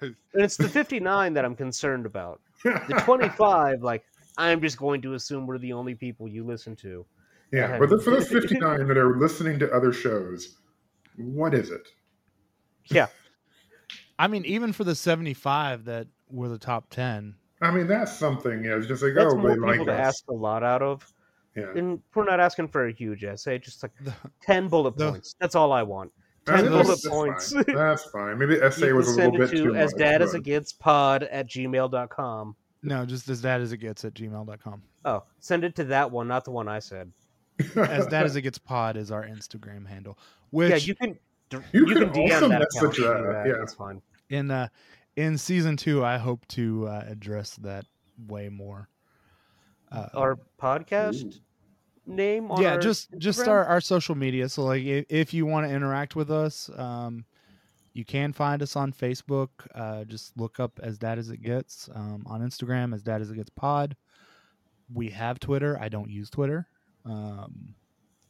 Speaker 3: and it's the 59 that I'm concerned about. The 25, like I'm just going to assume we're the only people you listen to.
Speaker 2: yeah, but for those 59 that are listening to other shows, what is it?
Speaker 1: I mean, even for the 75 that were the top 10,
Speaker 2: I mean, that's something. Yeah, it's just like,
Speaker 3: That's
Speaker 2: oh,
Speaker 3: more
Speaker 2: they
Speaker 3: people
Speaker 2: like
Speaker 3: to
Speaker 2: us.
Speaker 3: ask a lot out of,
Speaker 2: Yeah.
Speaker 3: and we're not asking for a huge essay. Just like
Speaker 1: the,
Speaker 3: ten bullet
Speaker 1: The-
Speaker 3: points. That's all I want.
Speaker 2: That's-
Speaker 1: 10
Speaker 2: that's-
Speaker 1: bullet
Speaker 3: points.
Speaker 2: that's fine. That's fine. Maybe essay
Speaker 3: You
Speaker 2: was a
Speaker 3: can
Speaker 2: little
Speaker 3: send
Speaker 2: bit
Speaker 3: it to
Speaker 2: too
Speaker 3: as
Speaker 2: much,
Speaker 3: dad as
Speaker 2: but-
Speaker 3: it gets pod at gmail.com.
Speaker 1: no, just as dad as it gets at gmail.com.
Speaker 3: Oh, send it to that one, not the one I said.
Speaker 1: As dad as it gets pod is our Instagram handle, which
Speaker 3: yeah, you can. You,
Speaker 2: You
Speaker 3: you can
Speaker 2: can
Speaker 3: DM
Speaker 2: also
Speaker 3: that
Speaker 2: message
Speaker 3: account. and do
Speaker 2: that, yeah.
Speaker 3: that's fine.
Speaker 1: in uh, in season two, I hope to uh, address that way more. Uh,
Speaker 3: Our podcast name. On
Speaker 1: yeah
Speaker 3: our
Speaker 1: just just
Speaker 3: Instagram?
Speaker 1: our, our social media so like if, if you want to interact with us um you can find us on facebook uh just look up as dad as it gets um on instagram as dad as it gets pod we have twitter i don't use twitter um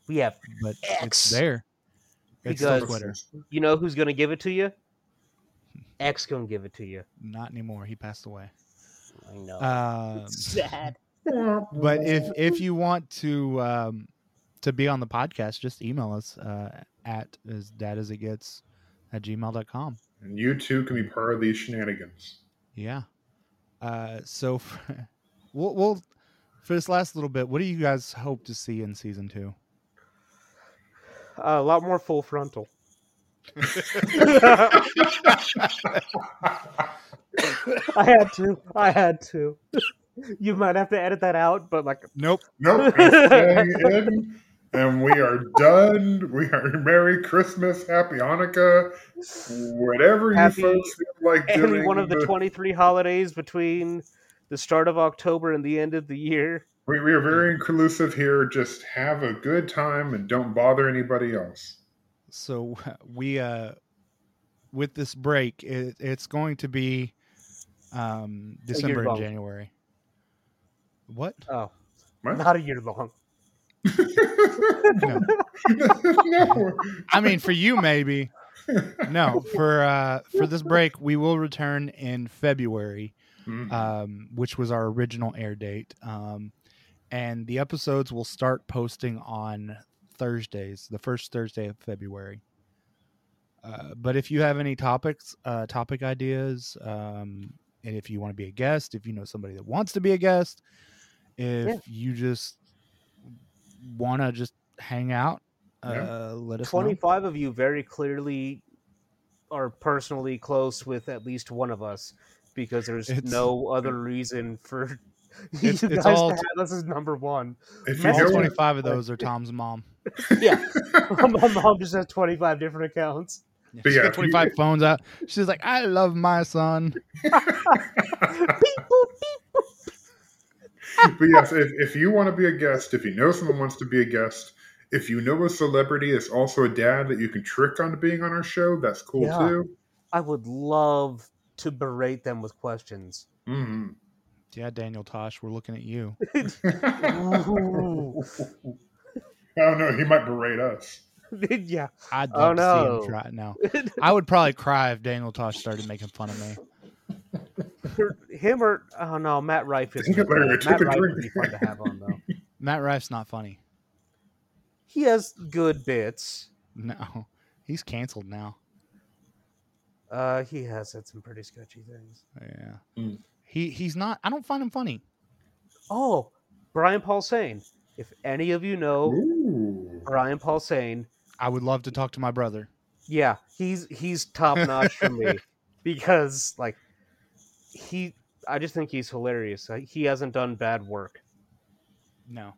Speaker 3: We have.
Speaker 1: but it's
Speaker 3: X.
Speaker 1: there it's still
Speaker 3: Because-
Speaker 1: twitter
Speaker 3: You know who's gonna give it to you? X gonna give it to you.
Speaker 1: not anymore he passed away
Speaker 3: I know.
Speaker 1: um
Speaker 3: It's sad.
Speaker 1: but if if you want to um to be on the podcast just email us uh at as dad as it gets at gmail.com
Speaker 2: And you too can be part of these shenanigans.
Speaker 1: Yeah. Uh, so for, we'll, we'll for this last little bit. What do you guys hope to see in season two?
Speaker 3: a lot more full frontal. I had to. I had to. you might have to edit that out, but like
Speaker 1: Nope.
Speaker 2: nope. it's staying in, and we are done. We are Merry Christmas, Happy Hanukkah, whatever
Speaker 3: Happy-
Speaker 2: you folks feel like doing.
Speaker 3: every one of the 23 holidays between the start of October and the end of the year.
Speaker 2: we, we are very inclusive here. Just have a good time and don't bother anybody else.
Speaker 1: So we uh, with this break, it, it's going to be um, December and
Speaker 3: long.
Speaker 1: January. What?
Speaker 3: Oh,
Speaker 2: What?
Speaker 3: not a year long.
Speaker 1: No.
Speaker 2: no.
Speaker 1: I mean, for you maybe. No, for uh, for this break, we will return in February.
Speaker 2: Mm.
Speaker 3: Uh,
Speaker 1: um, which was our original air date. Um, and the episodes will start posting on Thursdays, the first Thursday of February. Uh, but if you have any topics, uh, topic ideas, um, and if you want to be a guest, if you know somebody that wants to be a guest, if
Speaker 3: Yeah.
Speaker 1: you just want to just hang out,
Speaker 2: Yeah.
Speaker 1: uh, let us know.
Speaker 3: 25 of you very clearly are personally close with at least one of us because there's
Speaker 1: It's-
Speaker 3: no other reason for you
Speaker 1: It's-
Speaker 3: guys
Speaker 1: it's all
Speaker 3: to
Speaker 1: t-
Speaker 3: have us as number one.
Speaker 2: If you
Speaker 1: All
Speaker 2: know,
Speaker 3: Message-
Speaker 1: 25 of those are Tom's mom.
Speaker 3: Yeah. My mom just has 25 different accounts.
Speaker 1: Yeah,
Speaker 2: But
Speaker 1: she's
Speaker 2: yeah,
Speaker 1: got
Speaker 2: if you-
Speaker 1: 25 phones out. She's like, I love my son.
Speaker 2: but yes, if, if you want to be a guest, if you know someone wants to be a guest, if you know a celebrity that's also a dad that you can trick onto being on our show, that's cool
Speaker 3: Yeah.
Speaker 2: too.
Speaker 3: I would love to berate them with questions.
Speaker 2: Mhm.
Speaker 1: Yeah, Daniel Tosh, we're looking at you.
Speaker 3: Ooh.
Speaker 2: I don't know. Oh, He might berate us.
Speaker 3: yeah.
Speaker 1: I'd
Speaker 3: Oh,
Speaker 1: love to see
Speaker 3: no.
Speaker 1: him try it now. I would probably cry if Daniel Tosh started making fun of me.
Speaker 3: Him or oh no, Matt Rife is
Speaker 2: Think
Speaker 3: really
Speaker 2: about it,
Speaker 3: good.
Speaker 2: it took
Speaker 3: Matt Rife
Speaker 2: a
Speaker 3: would be
Speaker 2: drink.
Speaker 3: fun to have on though.
Speaker 1: Matt Rife's not funny.
Speaker 3: He has good bits.
Speaker 1: No, he's canceled now.
Speaker 3: Uh, he has said some pretty sketchy things.
Speaker 1: Yeah,
Speaker 2: Mm.
Speaker 1: he he's not. I don't find him funny.
Speaker 3: Oh, Brian Paul Sane. If any of you
Speaker 1: Oh.
Speaker 3: know
Speaker 2: Ooh.
Speaker 3: Brian Paul Sane,
Speaker 1: I would love to talk to my brother.
Speaker 3: yeah, he's he's top notch for me because like he, I just think he's hilarious. Like, He hasn't done bad work.
Speaker 1: No,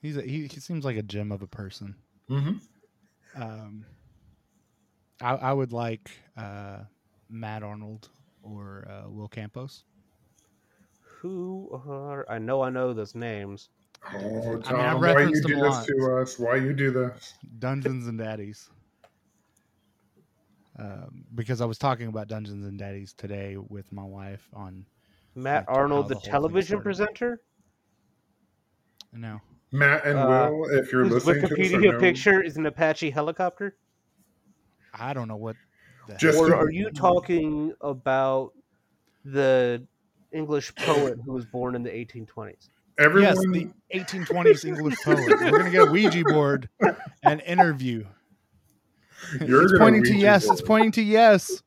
Speaker 1: he's a, he, he seems like a gem of a person.
Speaker 2: Mhm.
Speaker 1: Um, I I would like uh, Matt Arnold or uh, Will Campos.
Speaker 3: Who are I know I know those names.
Speaker 2: Oh,
Speaker 1: I mean, I
Speaker 2: Tom, why you
Speaker 1: referenced
Speaker 2: do
Speaker 1: him a
Speaker 2: this
Speaker 1: lot.
Speaker 2: to us? Why you do this?
Speaker 1: Dungeons and Daddies. Um, because I was talking about Dungeons and Daddies today with my wife on
Speaker 3: Matt
Speaker 1: Like, how
Speaker 3: Arnold,
Speaker 1: the
Speaker 3: the,
Speaker 1: whole thing
Speaker 3: television
Speaker 1: started.
Speaker 3: presenter,
Speaker 1: no
Speaker 2: Matt and
Speaker 3: Uh,
Speaker 2: Will, if you're
Speaker 3: whose
Speaker 2: listening to this, or
Speaker 3: Wikipedia
Speaker 2: know-
Speaker 3: picture is an Apache helicopter.
Speaker 1: I don't know what The heck?
Speaker 2: Just-
Speaker 1: Or-
Speaker 2: to-
Speaker 5: or are you talking about the English poet who was born in the 1820s?
Speaker 2: Everyone,
Speaker 1: yes, the 1820s English poet. We're gonna get a Ouija board and interview.
Speaker 2: You're
Speaker 1: it's
Speaker 2: gonna
Speaker 1: pointing to
Speaker 2: Ouija
Speaker 1: yes. It's
Speaker 2: board.
Speaker 1: pointing to yes.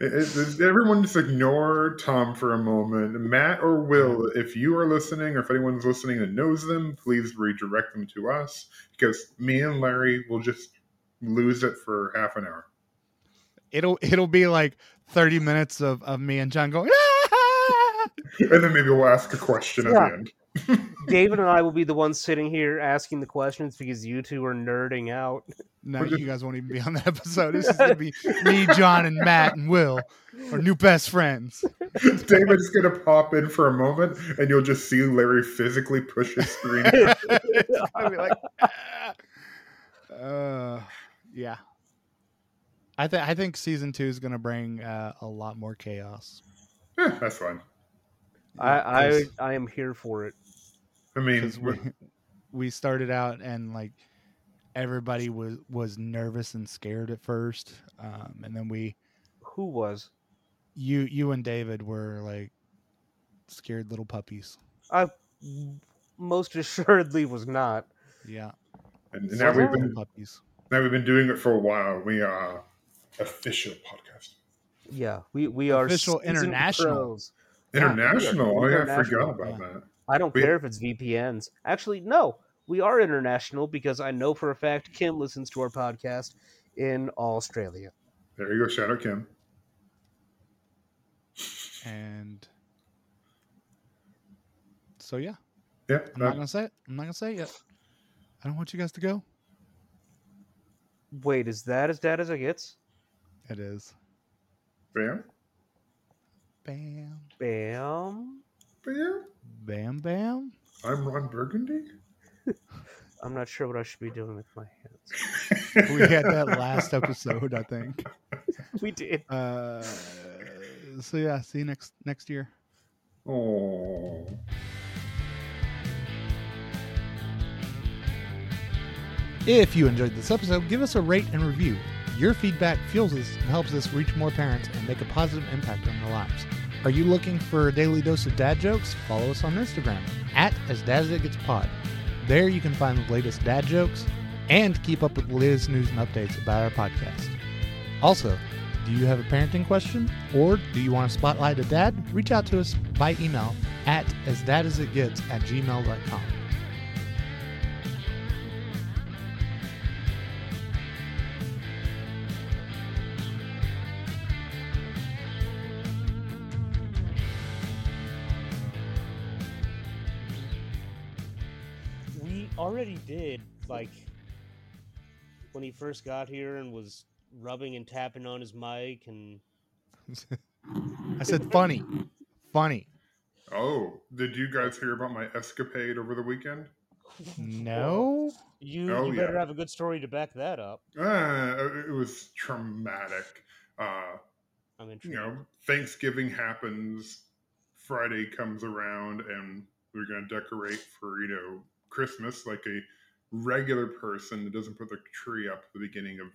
Speaker 2: It- it- everyone just ignore Tom for a moment. Matt or Will,
Speaker 5: Mm-hmm.
Speaker 2: if you are listening or if anyone's listening that knows them, please redirect them to us because me and Larry will just lose it for half an hour.
Speaker 1: It'll it'll be like 30 minutes of, of me and John going. "Ah!"
Speaker 2: And then maybe we'll ask a question at
Speaker 5: Yeah.
Speaker 2: the end.
Speaker 5: David
Speaker 2: David
Speaker 5: and I will be the ones sitting here asking the questions because you two are nerding out.
Speaker 1: No,
Speaker 2: We're just-
Speaker 1: you guys won't even be on that episode. This is gonna be me, John, and Matt and Will, our new best friends.
Speaker 2: David's going to pop in for a moment and you'll just see Larry physically push his screen.
Speaker 1: It's gonna be like, "Ah." uh, yeah. I think I think season two is gonna bring uh, a lot more chaos.
Speaker 2: Yeah, that's fine.
Speaker 5: I, I
Speaker 1: 'Cause-
Speaker 5: I am here for it.
Speaker 2: I mean,
Speaker 1: because we we started out and like everybody was was nervous and scared at first, um, and then we
Speaker 5: Who was?
Speaker 1: you you and David were like scared little puppies.
Speaker 5: Most assuredly was not.
Speaker 1: Yeah,
Speaker 2: and, and now,
Speaker 1: scared
Speaker 2: we've
Speaker 1: little
Speaker 2: been,
Speaker 1: puppies.
Speaker 2: now we've been doing it for a while. We are official podcast.
Speaker 5: Yeah, we, we are
Speaker 1: Official
Speaker 5: seasoned
Speaker 1: international.
Speaker 5: pros. Yeah, we are
Speaker 2: International. Oh, yeah, I forgot
Speaker 5: international,
Speaker 2: about
Speaker 1: yeah.
Speaker 2: that.
Speaker 5: I don't
Speaker 2: We-
Speaker 5: care if it's VPNs. Actually, no, we are international because I know for a fact Kim listens to our podcast in Australia.
Speaker 2: There you go, Shadow Kim.
Speaker 1: And so yeah,
Speaker 2: Yeah,
Speaker 1: I'm
Speaker 2: that-
Speaker 1: not gonna say it. I'm not gonna say it yet. I don't want you guys to go.
Speaker 5: Wait, is that as dad as it gets?
Speaker 1: It is
Speaker 2: bam,
Speaker 1: bam,
Speaker 5: Bam.
Speaker 2: bam.
Speaker 1: bam, bam.
Speaker 2: I'm Ron Burgundy.
Speaker 5: I'm not sure what I should be doing with my hands.
Speaker 1: We had that last episode, I think.
Speaker 5: We did.
Speaker 1: Uh, so yeah, see you next next year.
Speaker 2: Oh.
Speaker 1: If you enjoyed this episode, give us a rate and review. Your feedback fuels us and helps us reach more parents and make a positive impact on their lives. Are you looking for a daily dose of dad jokes? Follow us on Instagram at as dad as it gets pod. There you can find the latest dad jokes and keep up with the latest news and updates about our podcast. Also, do you have a parenting question or do you want to spotlight a dad? Reach out to us by email at as dad as it gets at gmail.com.
Speaker 3: we already did like when he first got here and was rubbing and tapping on his mic and
Speaker 1: I said funny. Funny.
Speaker 2: Oh, did you guys hear about my escapade over the weekend?
Speaker 1: No.
Speaker 3: you,
Speaker 2: Oh,
Speaker 3: you better
Speaker 2: yeah.
Speaker 3: have a good story to back that up
Speaker 2: Ah, it was traumatic. Uh,
Speaker 3: i'm
Speaker 2: you
Speaker 3: intrigued
Speaker 2: know, Thanksgiving happens, Friday comes around, and we're going to decorate for, you know, Christmas like a regular person that doesn't put their tree up at the beginning of,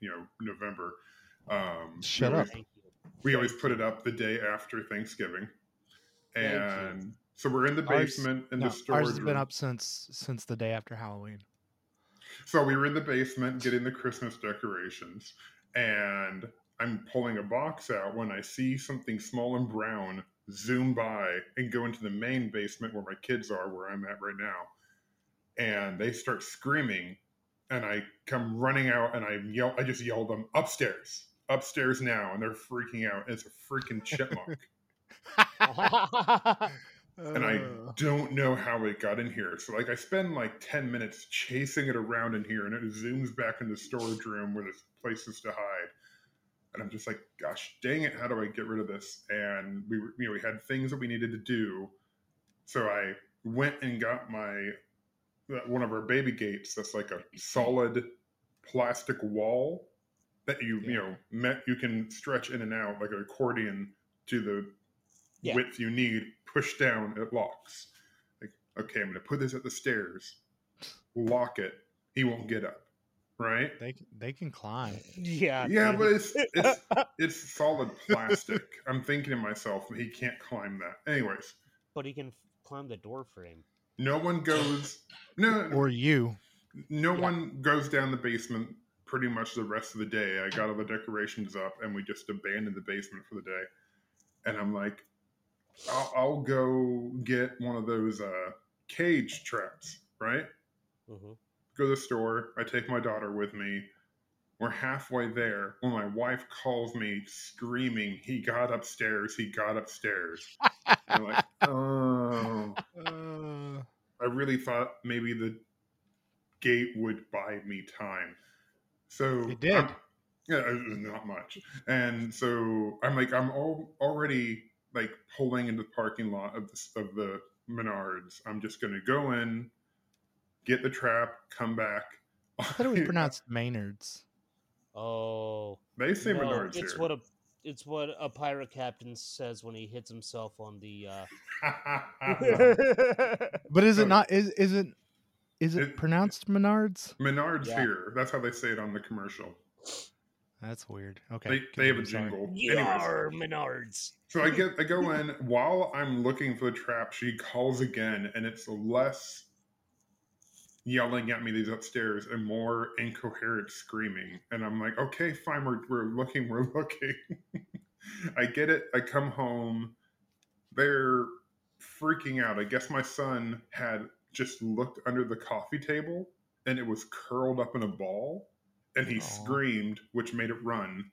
Speaker 2: you know, November. Um, we
Speaker 1: Shut
Speaker 2: always
Speaker 1: up.
Speaker 3: Thank you.
Speaker 2: We always put it up the day after Thanksgiving.
Speaker 3: Thank you.
Speaker 2: And so we're in the
Speaker 1: Ours-
Speaker 2: basement in
Speaker 1: No,
Speaker 2: the storage
Speaker 1: ours has
Speaker 2: room.
Speaker 1: been up since since the day after Halloween.
Speaker 2: So we were in the basement getting the Christmas decorations, and I'm pulling a box out when I see something small and brown zoom by and go into the main basement where my kids are, where I'm at right now. And they start screaming, and I come running out and I yell, I just yell them upstairs, upstairs now, and they're freaking out. It's a freaking chipmunk. and I
Speaker 1: Uh,
Speaker 2: don't know how it got in here. So like I spend like 10 minutes chasing it around in here and it zooms back into storage room where there's places to hide. And I'm just like, gosh, dang it, how do I get rid of this? And we were, you know, we had things that we needed to do. So I went and got my uh, one of our baby gates that's like a solid plastic wall that you you know met you can stretch in and out like an accordion to the
Speaker 3: Yeah.
Speaker 2: width you need push down it locks like okay i'm gonna put this at the stairs lock it he won't get up right?
Speaker 1: They c- they can climb.
Speaker 3: Yeah.
Speaker 2: Yeah,
Speaker 3: dude.
Speaker 2: but it's it's it's solid plastic. I'm thinking to myself, he can't climb that. Anyways,
Speaker 3: but he can f- climb the door frame.
Speaker 2: no one goes. No,
Speaker 1: Or you.
Speaker 2: no
Speaker 3: Yeah.
Speaker 2: one goes down the basement pretty much the rest of the day. I got all the decorations up and we just abandoned the basement for the day. And I'm like, I'll, I'll go get one of those uh, cage traps, right?
Speaker 3: hmm
Speaker 2: Go to the store. I take my daughter with me. We're halfway there when my wife calls me screaming, He got upstairs. He got upstairs. I'm like, Oh.
Speaker 1: Uh,
Speaker 2: I really thought maybe the gate would buy me time. So
Speaker 1: It did.
Speaker 2: I'm- yeah, it was not much. And so I'm like, I'm all, already like pulling into the parking lot of the, of the Menards. I'm just going to go in, get the trap, come back.
Speaker 1: I thought it was pronounced Maynard's.
Speaker 3: Oh,
Speaker 2: They say
Speaker 3: no,
Speaker 2: Menards
Speaker 3: it's
Speaker 2: here.
Speaker 3: what a it's what a pirate captain says when he hits himself on the. Uh...
Speaker 1: But is
Speaker 2: Oh.
Speaker 1: it not? Is is it? Is it
Speaker 2: It-
Speaker 1: pronounced Menards?
Speaker 2: Menards
Speaker 3: Yeah.
Speaker 2: here. That's how they say it on the commercial.
Speaker 1: That's weird. Okay.
Speaker 2: they they have a
Speaker 1: continue, sorry.
Speaker 2: jingle. Anyways.
Speaker 3: Yar, Menards.
Speaker 2: So I get I go in while I'm looking for the trap. She calls again, and it's less yelling at me these upstairs and more incoherent screaming. And I'm like, okay, fine, we're, we're looking, we're looking. I get it. I come home. They're freaking out. I guess my son had just looked under the coffee table and it was curled up in a ball and he
Speaker 1: Aw.
Speaker 2: screamed, which made it run.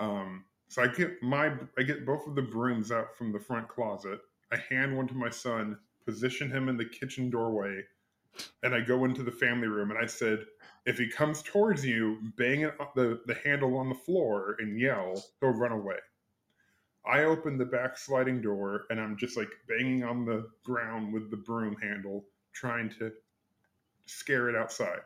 Speaker 2: Um, so I get my I get both of the brooms out from the front closet. I hand one to my son, position him in the kitchen doorway, and I go into the family room and I said, if he comes towards you, bang it, the, the handle on the floor and yell, he'll run away. I open the back sliding door and I'm just like banging on the ground with the broom handle, trying to scare it outside.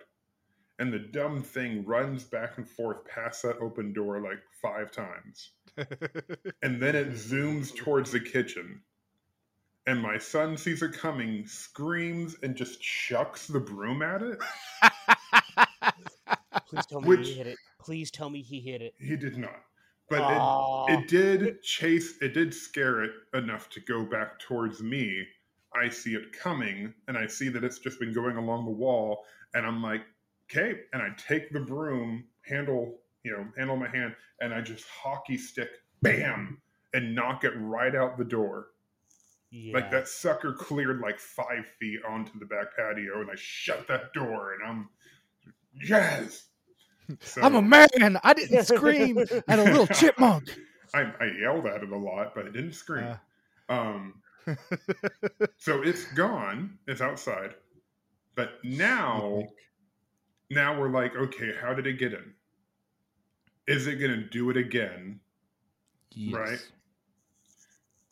Speaker 2: And the dumb thing runs back and forth past that open door like five times. and then it zooms towards the kitchen. And my son sees it coming, screams, and just chucks the broom at it.
Speaker 3: Please tell me
Speaker 2: Which-
Speaker 3: he hit it. Please tell me he hit it. Ah,
Speaker 2: He did not. But it,
Speaker 3: Aw.
Speaker 2: it did chase it did scare it enough to go back towards me i see it coming and i see that it's just been going along the wall and i'm like okay and i take the broom handle you know handle in my hand and i just hockey stick bam and knock it right out the door
Speaker 3: yeah.
Speaker 2: like that sucker cleared like five feet onto the back patio and i shut that door and i'm yes so,
Speaker 1: I'm a man. I didn't scream at a little chipmunk.
Speaker 2: I, I yelled at it a lot but i didn't scream
Speaker 1: Uh,
Speaker 2: Um, so it's gone. It's outside. But now, now we're like, okay, how did it get in? Is it going to do it again? Right.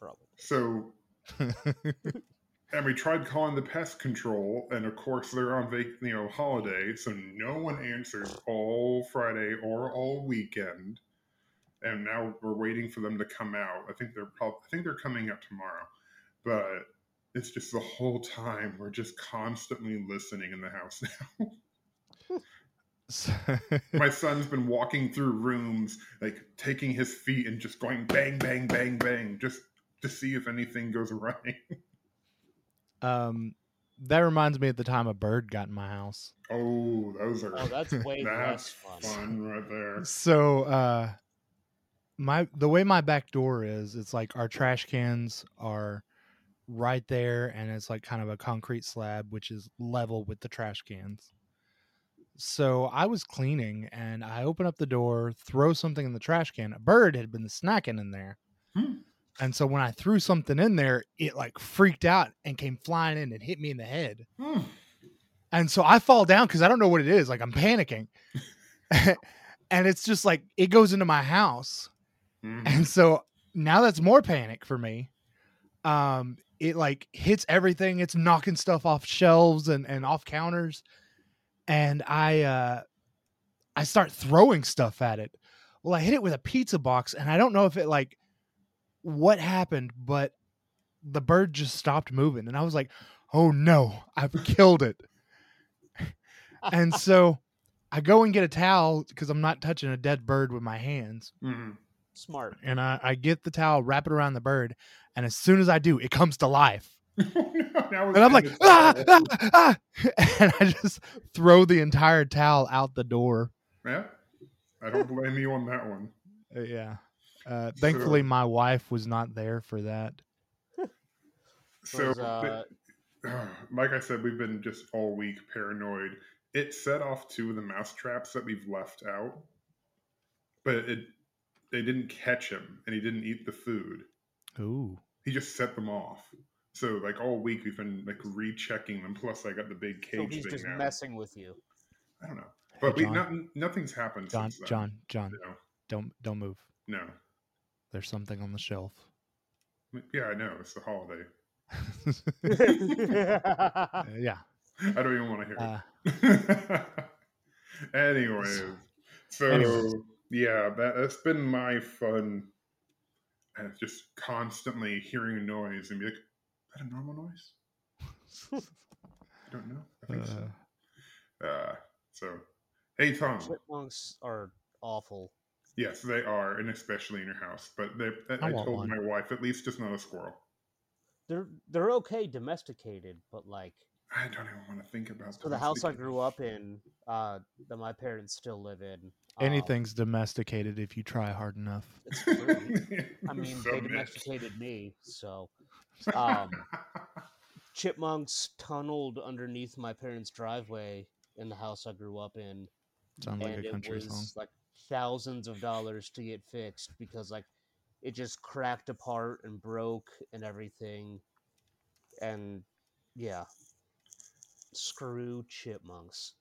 Speaker 3: Probably.
Speaker 2: So,
Speaker 1: yes.
Speaker 2: and we tried calling the pest control, and of course they're on vac- you know holiday, so no one answers all Friday or all weekend. And now we're waiting for them to come out. I think they're probably I think they're coming out tomorrow, but it's just the whole time we're just constantly listening in the house now. my son's been walking through rooms like taking his feet and just going bang bang bang bang just to see if anything goes right
Speaker 1: um, that reminds me of the time a bird got in my house.
Speaker 2: oh those are
Speaker 3: Oh, that's way
Speaker 2: that's
Speaker 3: less fun.
Speaker 2: fun right there
Speaker 1: So, uh, my the way my back door is, it's like our trash cans are right there, and it's like kind of a concrete slab which is level with the trash cans. So I was cleaning, and I open up the door, throw something in the trash can. A bird had been snacking in there.
Speaker 2: Hmm.
Speaker 1: And so when I threw something in there, it like freaked out and came flying in and hit me in the head.
Speaker 2: Hmm.
Speaker 1: And so I fall down because I don't know what it is. Like I'm panicking. and it's just like it goes into my house.
Speaker 2: Mhm.
Speaker 1: And so now that's more panic for me. Um, it like hits everything, it's knocking stuff off shelves and, and off counters. And I uh I start throwing stuff at it. Well, I hit it with a pizza box, and I don't know if it like what happened, but the bird just stopped moving. And I was like, oh no, I've killed it. and so I go and get a towel because I'm not touching a dead bird with my hands.
Speaker 2: Mhm.
Speaker 3: Smart.
Speaker 1: And I, I get the towel, wrap it around the bird, and as soon as I do, it comes to life.
Speaker 2: That was
Speaker 1: And I'm like,
Speaker 2: good.
Speaker 1: ah, ah, ah," and I just throw the entire towel out the door.
Speaker 2: yeah. I don't blame you on that one.
Speaker 1: Uh, Yeah. Uh, thankfully,
Speaker 2: Sure.
Speaker 1: my wife was not there for that.
Speaker 2: So,
Speaker 3: Was, uh,
Speaker 2: like I said, we've been just all week paranoid. It set off two of the mouse traps that we've left out, but it they didn't catch him, and he didn't eat the food.
Speaker 1: Ooh.
Speaker 2: He just set them off. So, like all week, we've been like rechecking them. Plus, I got the big
Speaker 3: So
Speaker 2: cage
Speaker 3: he's
Speaker 2: thing
Speaker 3: just
Speaker 2: now.
Speaker 3: messing with you.
Speaker 2: I don't know,
Speaker 1: Hey,
Speaker 2: but we
Speaker 1: John,
Speaker 2: nothing nothing's happened.
Speaker 1: John,
Speaker 2: since then.
Speaker 1: John, John, don't don't move.
Speaker 2: No,
Speaker 1: There's something on the shelf.
Speaker 2: no. Yeah, I know. It's the holiday.
Speaker 1: Uh, yeah.
Speaker 2: I don't even want to hear it.
Speaker 1: Uh,
Speaker 2: Anyways, so
Speaker 1: Anyways.
Speaker 2: yeah, that that's been my fun. uh, Just constantly hearing a noise and be like, "Is that a normal noise?" I don't know. I think
Speaker 1: uh,
Speaker 2: so. Uh, so, hey Tom,
Speaker 3: Chipmunks are awful.
Speaker 2: yes, they are, and especially in your house. But they, I,
Speaker 1: I
Speaker 2: I
Speaker 1: want
Speaker 2: told
Speaker 1: one.
Speaker 2: my wife, at least it's not a squirrel.
Speaker 3: They're they're okay domesticated, but like
Speaker 2: I don't even want to think about.
Speaker 3: so the house I
Speaker 2: domesticated-
Speaker 3: grew up in, uh, that my parents still live in. um,
Speaker 1: anything's domesticated if you try hard enough.
Speaker 3: it's true. I mean,
Speaker 2: So
Speaker 3: they
Speaker 2: mixed.
Speaker 3: domesticated me, so um, chipmunks tunneled underneath my parents' driveway in the house I grew up in,
Speaker 1: Sounds like
Speaker 3: and
Speaker 1: a
Speaker 3: it
Speaker 1: country
Speaker 3: was
Speaker 1: song.
Speaker 3: like thousands of dollars to get fixed because like it just cracked apart and broke and everything, and yeah, screw chipmunks.